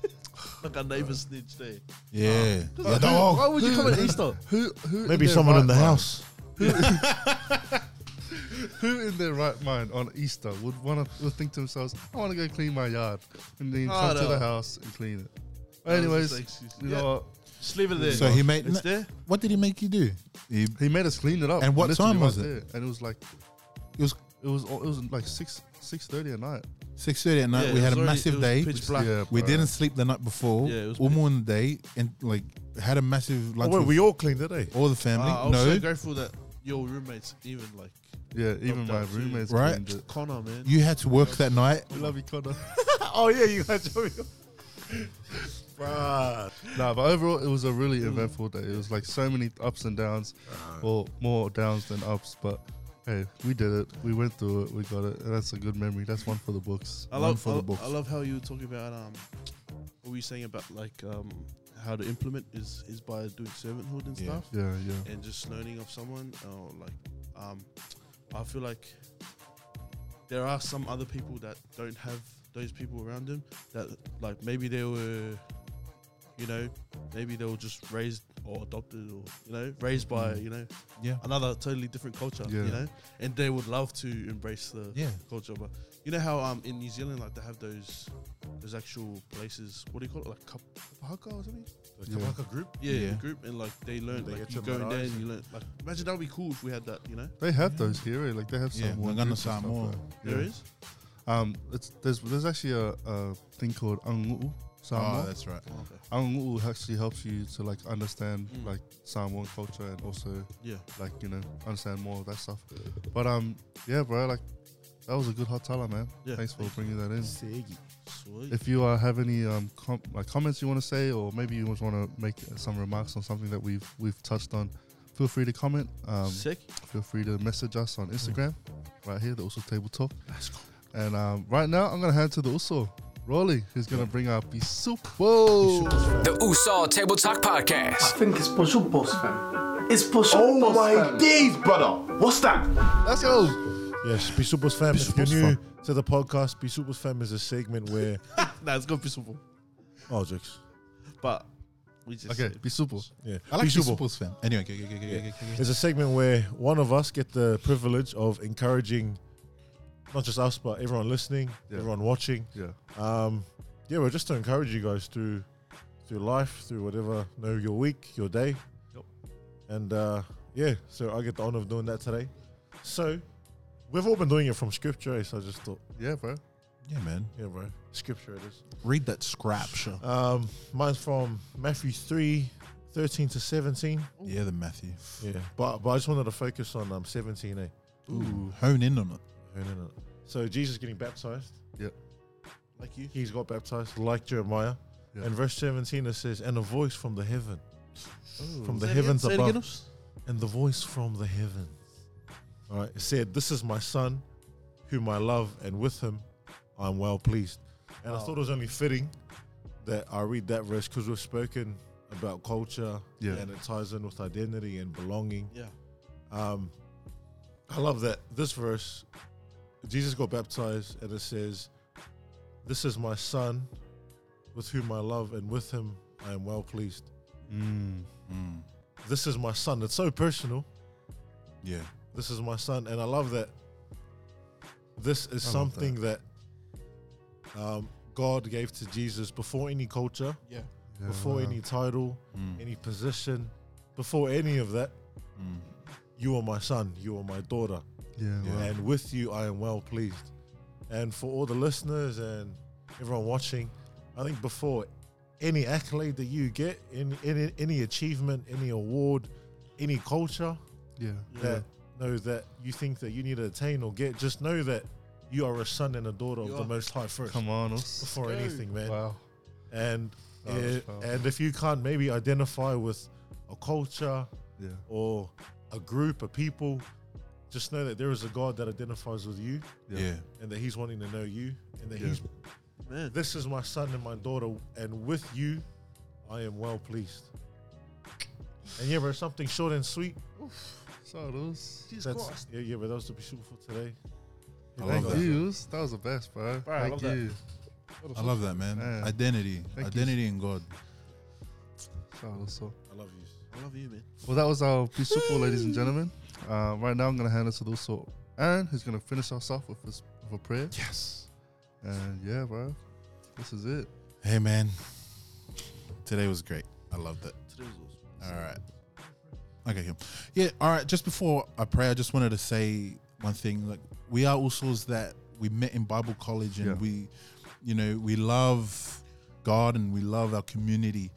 Speaker 6: like our neighbor snitched there.
Speaker 1: Yeah.
Speaker 6: Why-
Speaker 1: yeah dog.
Speaker 6: Why would you come at Easter?
Speaker 2: Who, who
Speaker 5: Maybe
Speaker 2: their
Speaker 5: someone in the
Speaker 2: right mind-
Speaker 5: house.
Speaker 2: Who in their right mind on Easter would want to would think to themselves, "I want to go clean my yard," and then
Speaker 6: Oh,
Speaker 2: come to
Speaker 6: no.
Speaker 2: the house and clean it.
Speaker 6: That was
Speaker 2: Anyways,
Speaker 6: just an excuse.
Speaker 2: you
Speaker 6: Yeah.
Speaker 2: know what?
Speaker 6: Just leave it there.
Speaker 1: So he made.
Speaker 6: It's there.
Speaker 1: What did he make you do? He,
Speaker 2: He made us clean it up.
Speaker 1: And what
Speaker 2: literally
Speaker 1: time was
Speaker 2: right
Speaker 1: it?
Speaker 2: there. And it was like
Speaker 1: it was
Speaker 2: it was it was like six six thirty at night.
Speaker 1: six thirty at night.
Speaker 6: Yeah,
Speaker 1: we
Speaker 6: it
Speaker 1: had a
Speaker 6: was already-
Speaker 1: massive
Speaker 6: it was
Speaker 1: day.
Speaker 6: pitch black.
Speaker 2: Yeah,
Speaker 5: Oh,
Speaker 1: We
Speaker 2: bro.
Speaker 1: didn't sleep the night before.
Speaker 6: Yeah, it was
Speaker 1: all
Speaker 6: pretty-
Speaker 1: morning day and like had a massive
Speaker 5: Oh,
Speaker 1: lunch.
Speaker 5: wait,
Speaker 1: with
Speaker 5: we all cleaned it, eh?
Speaker 1: all the family.
Speaker 6: Uh, I was
Speaker 1: no,
Speaker 6: so grateful that your roommates even like
Speaker 2: Yeah, even my
Speaker 6: Lockdown too.
Speaker 2: roommates
Speaker 1: Right.
Speaker 2: cleaned it.
Speaker 6: Connor, man.
Speaker 1: you had to work that night.
Speaker 2: We love you, Connor.
Speaker 5: Oh, yeah, you guys. Bruh.
Speaker 2: nah, but overall, it was a really eventful day. It was like so many ups and downs,
Speaker 5: Uh-huh.
Speaker 2: or more downs than ups. But hey, we did it. We went through it. We got it. And that's a good memory. That's one for the books.
Speaker 6: I
Speaker 1: One
Speaker 6: love,
Speaker 1: for the
Speaker 6: I,
Speaker 1: books.
Speaker 6: I love how you were talking about um, what were you saying about like um, how to implement is is by doing servanthood and
Speaker 1: Yeah.
Speaker 6: stuff,
Speaker 2: Yeah, yeah.
Speaker 6: and just learning of someone or like, um, I feel like there are some other people that don't have those people around them that like maybe they were, you know, maybe they were just raised or adopted or you know raised by you know
Speaker 1: Yeah.
Speaker 6: another totally different culture,
Speaker 2: Yeah.
Speaker 6: you know, and they would love to embrace the
Speaker 1: Yeah.
Speaker 6: culture. But you know how um in New Zealand like they have those those actual places. What do you call it? Like cup haka or something?
Speaker 5: The Kabaka group?
Speaker 6: Yeah,
Speaker 1: Yeah.
Speaker 6: the group and like they learn
Speaker 5: They
Speaker 6: like
Speaker 5: get
Speaker 6: you
Speaker 5: to
Speaker 6: go in there
Speaker 5: Manaus
Speaker 6: and you learn. Like imagine that would be cool if we had that. You know,
Speaker 2: They have those here. eh? Like they have some.
Speaker 1: Yeah,
Speaker 2: more
Speaker 1: Nagano
Speaker 2: groups and stuff
Speaker 1: Samoa.
Speaker 2: like that.
Speaker 6: there is
Speaker 2: Um, it's there's there's actually a, a thing called Angu'u Samoa.
Speaker 1: Oh, that's right.
Speaker 2: Angu'u actually helps you to like understand
Speaker 6: Mm.
Speaker 2: like Samoan culture and also
Speaker 6: Yeah.
Speaker 2: like you know understand more of that stuff. But um, yeah, bro, like that was a good hot tala, man.
Speaker 6: Yeah,
Speaker 2: Thanks for
Speaker 6: thank
Speaker 2: bringing that in.
Speaker 6: Sweet.
Speaker 2: If you uh, have any um com- like comments you want to say, or maybe you just want to make some remarks on something that we've we've touched on, feel free to comment. Um,
Speaker 6: Sick.
Speaker 2: feel free to message us on Instagram, right here, the Also Table Talk. And um, right now, I'm gonna hand to the Also, Rolly, who's gonna bring up the soup. Whoa!
Speaker 10: The Usaw Table Talk Podcast.
Speaker 11: think it's Posupos, fam. It's Posupos. Oh my days, brother. What's that?
Speaker 2: Let's go.
Speaker 5: Yes, Be Supers Fam. if you're
Speaker 2: Supers
Speaker 5: new to the podcast, Be Supers Fam is a segment where.
Speaker 6: Nah, it's gonna be simple.
Speaker 5: oh, jokes.
Speaker 6: But we just
Speaker 2: Okay, be super.
Speaker 5: Yeah.
Speaker 1: I like
Speaker 5: Be Supers.
Speaker 1: Supers fam. Anyway, go, go, go, go, go, go, go.
Speaker 5: It's a segment where one of us get the privilege of encouraging not just us, but everyone listening,
Speaker 2: Yeah.
Speaker 5: everyone watching.
Speaker 2: Yeah,
Speaker 5: Um, yeah, we're just to encourage you guys through through life, through whatever, know your week, your day.
Speaker 6: Yep.
Speaker 5: And uh, yeah, so I get the honor of doing that today. So we've all been doing it from scripture, eh? so I just thought,
Speaker 2: yeah, bro.
Speaker 1: Yeah, man. Uh,
Speaker 5: yeah, bro, scripture it is.
Speaker 1: Read that scrap. Sure.
Speaker 5: Um, mine's from Matthew 3 13 to 17.
Speaker 1: Yeah, the Matthew.
Speaker 5: Yeah, but, but I just wanted to focus on um, 17, eh?
Speaker 1: Ooh, hone in on it.
Speaker 5: No, no, no. So Jesus getting baptized.
Speaker 2: Yep.
Speaker 5: Like you. He's got baptized like Jeremiah.
Speaker 2: Yeah.
Speaker 5: And verse 17 it says, And a voice from the heaven. From the
Speaker 6: Say it
Speaker 5: heavens
Speaker 6: again, say it
Speaker 5: above.
Speaker 6: again, Us.
Speaker 5: and the voice from the heavens. All right. It said, This is my son, whom I love, and with him I'm well pleased. And I
Speaker 6: Oh.
Speaker 5: thought it was only fitting that I read that verse because we've spoken about culture
Speaker 2: Yeah.
Speaker 5: and it ties in with identity and belonging.
Speaker 6: Yeah.
Speaker 5: Um, I love that this verse. Jesus got baptized, and it says, "This is my son, with whom I love, and with him I am well pleased." This is my son. It's so personal.
Speaker 1: Yeah.
Speaker 5: This is my son, and I love that. This is something that, um, God gave to Jesus before any culture,
Speaker 6: Yeah.
Speaker 5: before any title, any position, before any of that. You are my son. You are my daughter
Speaker 2: Yeah, wow.
Speaker 5: and with you I am well pleased. And for all the listeners and everyone watching, I think before any accolade that you get, any any, any achievement, any award, any culture
Speaker 2: yeah,
Speaker 5: that know that you think that you need to attain or get, just know that you are a son and a daughter
Speaker 6: You
Speaker 5: of the
Speaker 6: are.
Speaker 5: Most High first
Speaker 2: Come on, us.
Speaker 5: before anything, man.
Speaker 2: Wow.
Speaker 5: And
Speaker 1: Oh,
Speaker 2: That was
Speaker 5: it-
Speaker 2: powerful.
Speaker 5: and if you can't maybe identify with a culture
Speaker 2: Yeah,
Speaker 5: or a group of people, just know that there is a God that identifies with you
Speaker 1: Yeah.
Speaker 5: and that he's wanting to know you and that
Speaker 2: Yeah.
Speaker 5: he's
Speaker 6: Man.
Speaker 5: this is my son and my daughter and with you i am well pleased and yeah bro something short and sweet
Speaker 2: So those.
Speaker 5: That's- yeah yeah but that was the be super for today
Speaker 1: I
Speaker 2: Thank
Speaker 1: love that.
Speaker 2: you. us. That was the best, bro.
Speaker 6: Bro, I
Speaker 2: Thank
Speaker 6: love that.
Speaker 2: you.
Speaker 1: I love that, man.
Speaker 2: Yeah.
Speaker 1: Identity.
Speaker 2: Thank you.
Speaker 1: Identity in God.
Speaker 2: Shout out us all.
Speaker 5: i love you
Speaker 6: I love you, man.
Speaker 2: Well, that was our Peace Super, ladies and gentlemen. Uh, right now, I'm going to hand it to also Aaron, who's going to finish us off with, his, with a prayer.
Speaker 1: Yes.
Speaker 2: And yeah, bro, this is it.
Speaker 1: Hey, man. Today was great. I loved it.
Speaker 6: Today was awesome.
Speaker 1: All right. Okay. cool. Yeah. All right. Just before I pray, I just wanted to say one thing. Like we are also that we met in Bible college, and
Speaker 2: Yeah.
Speaker 1: we, you know, we love God and we love our community,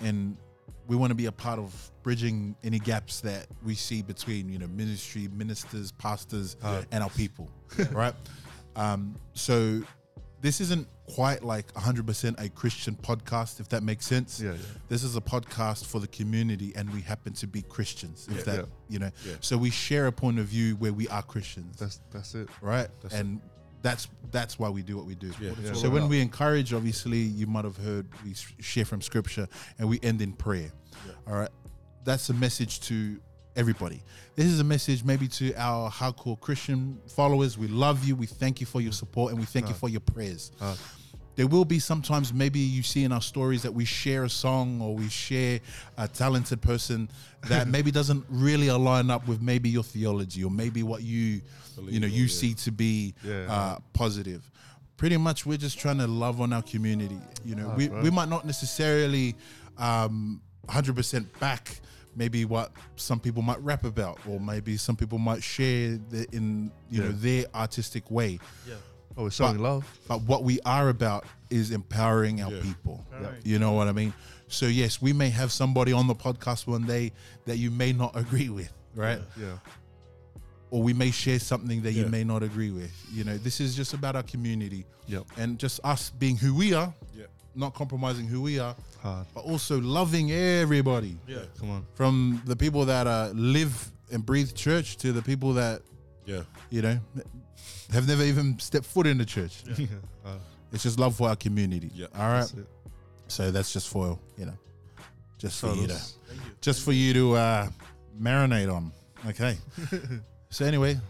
Speaker 1: and we want to be a part of bridging any gaps that we see between you know ministry, ministers, pastors, and our people, right? Um, so this isn't quite like 100% a Christian podcast, if that makes sense.
Speaker 2: Yeah, yeah.
Speaker 1: This is a podcast for the community, and we happen to be Christians, if that,
Speaker 2: Yeah.
Speaker 1: you know. So we share a point of view where we are Christians,
Speaker 2: That's that's it.
Speaker 1: right? and that's that's why we do what we do.
Speaker 2: Yeah.
Speaker 1: So when we encourage, obviously, you might have heard we s- share from scripture and we end in prayer. All right. That's a message to everybody. This is a message maybe to our hardcore Christian followers. We love you. We thank you for your support and we thank you for your prayers. There will be sometimes maybe you see in our stories that we share a song or we share a talented person that maybe doesn't really align up with maybe your theology or maybe what you you know you see to be
Speaker 2: Yeah.
Speaker 1: uh, positive. Pretty much, we're just trying to love on our community. You know, we, we might not necessarily um, 100% back maybe what some people might rap about, or maybe some people might share the, in you know their artistic way.
Speaker 6: Yeah.
Speaker 2: Oh, it's showing
Speaker 1: but,
Speaker 2: love.
Speaker 1: But what we are about is empowering our
Speaker 2: Yeah.
Speaker 1: people.
Speaker 2: Empowering.
Speaker 1: You know what I mean? So yes, we may have somebody on the podcast one day that you may not agree with, right?
Speaker 2: Yeah.
Speaker 1: Or we may share something that you
Speaker 2: Yeah.
Speaker 1: may not agree with. You know, this is just about our community.
Speaker 2: Yep.
Speaker 1: And just us being who we are.
Speaker 5: Yep.
Speaker 1: Not compromising who we are.
Speaker 2: Hard.
Speaker 1: But also loving everybody
Speaker 5: Yeah.
Speaker 2: Come on.
Speaker 1: from the people that uh, live and breathe church to the people that,
Speaker 5: Yeah.
Speaker 1: you know, have never even stepped foot in the church.
Speaker 2: Yeah. Uh,
Speaker 1: It's just love for our community.
Speaker 5: Yeah.
Speaker 1: All right.
Speaker 2: that's it.
Speaker 1: So that's just for you know, just for
Speaker 2: So
Speaker 1: you to,
Speaker 2: that's-
Speaker 1: just for you to uh, marinate on. Okay. so anyway,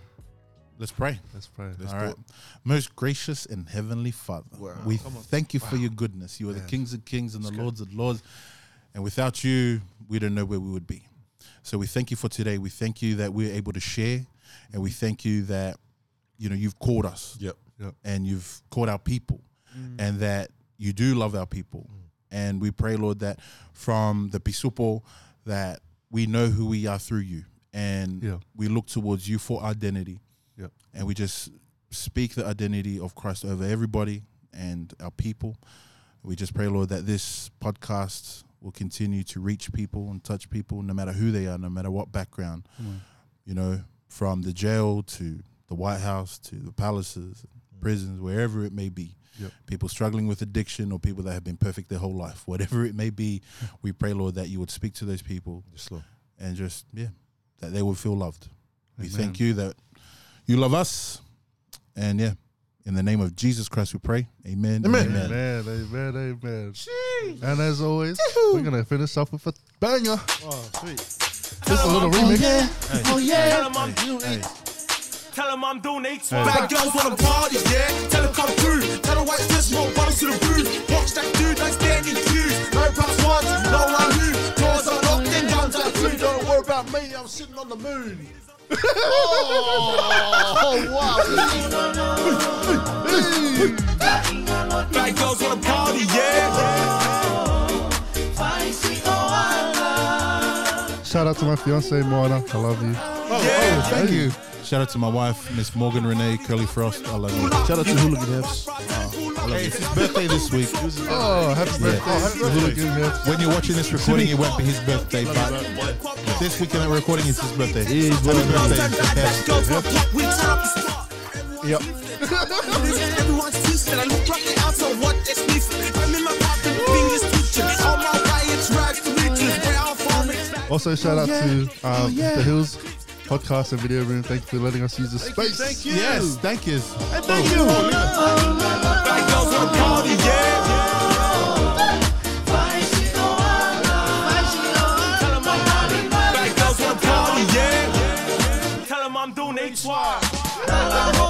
Speaker 1: let's pray.
Speaker 2: Let's pray.
Speaker 1: All right. Most gracious and heavenly Father, we thank you for your goodness. You are the kings of kings and the lords of lords. And without you, we don't know where we would be. So we thank you for today. We thank you that we're able to share, and we thank you that you know you've called us
Speaker 5: Yep.
Speaker 2: Yep.
Speaker 1: and you've called our people, and that you do love our people. And we pray, Lord, that from the Pisupo, that we know who we are through you, and
Speaker 2: Yeah.
Speaker 1: we look towards you for identity
Speaker 2: Yep.
Speaker 1: and we just speak the identity of Christ over everybody and our people. We just pray, Lord, that this podcast will continue to reach people and touch people, no matter who they are, no matter what background.
Speaker 2: Mm.
Speaker 1: You know, from the jail to the White House to the palaces, prisons, wherever it may be.
Speaker 2: Mm. Yep.
Speaker 1: People struggling with addiction or people that have been perfect their whole life, whatever it may be, we pray, Lord, that you would speak to those people
Speaker 5: Just slow.
Speaker 1: and just yeah, that they will feel loved. We
Speaker 2: Amen.
Speaker 1: thank you that you love us, and yeah, in the name of Jesus Christ, we pray. Amen. and
Speaker 2: Amen. Amen. Amen. Amen. And as always, we're going to finish off with a banger.
Speaker 6: Oh, sweet.
Speaker 2: Just a little remix.
Speaker 11: Oh yeah.
Speaker 7: Tell 'em I'm doing it. Tell 'em I'm doing it.
Speaker 11: Bad girls wanna party, yeah? Tell them come through. Tell them white this, more bottles to the roof. Watch that dude that's standing queues. No plus ones, no one who. Doors are locked and guns are free. Don't worry about me, I'm sitting on the moon. oh, wow. Bad girls wanna party, yeah?
Speaker 2: Shout out to my fiance, Moana. I love you.
Speaker 1: Oh, thank you. Shout out to my wife, Miss Morgan Renee Curly Frost. I love you.
Speaker 6: Shout out to Hooligan F's.
Speaker 1: Hey, it's his birthday this week.
Speaker 2: Oh, happy birthday.
Speaker 1: happy
Speaker 2: Hooligan Hefs.
Speaker 1: When you're watching this recording, it won't be his birthday, but this weekend that we're recording is his birthday. His birthday.
Speaker 11: Bad girls wanna pop, we turn up the spot.
Speaker 2: Yep.
Speaker 11: Everyone's teasing. I look like the answer. What is this? I'm in my pocket, fingers twitching. All my riots, rags, riches. Where I'm from, it's back.
Speaker 2: Also, shout out to um,
Speaker 1: Oh, yeah.
Speaker 2: The Hills Podcast and Video Room. Thank you for letting us use the space.
Speaker 6: Thank you.
Speaker 1: Yes, thank you.
Speaker 6: Thank you.
Speaker 11: Bad girls wanna party, yeah. Bad girls wanna party, yeah.
Speaker 7: Tell 'em I'm doing it. Why?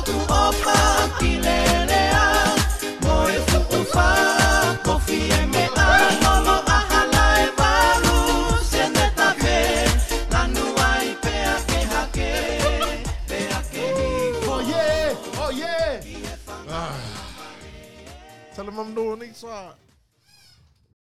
Speaker 5: Tell him I'm doing this. Right.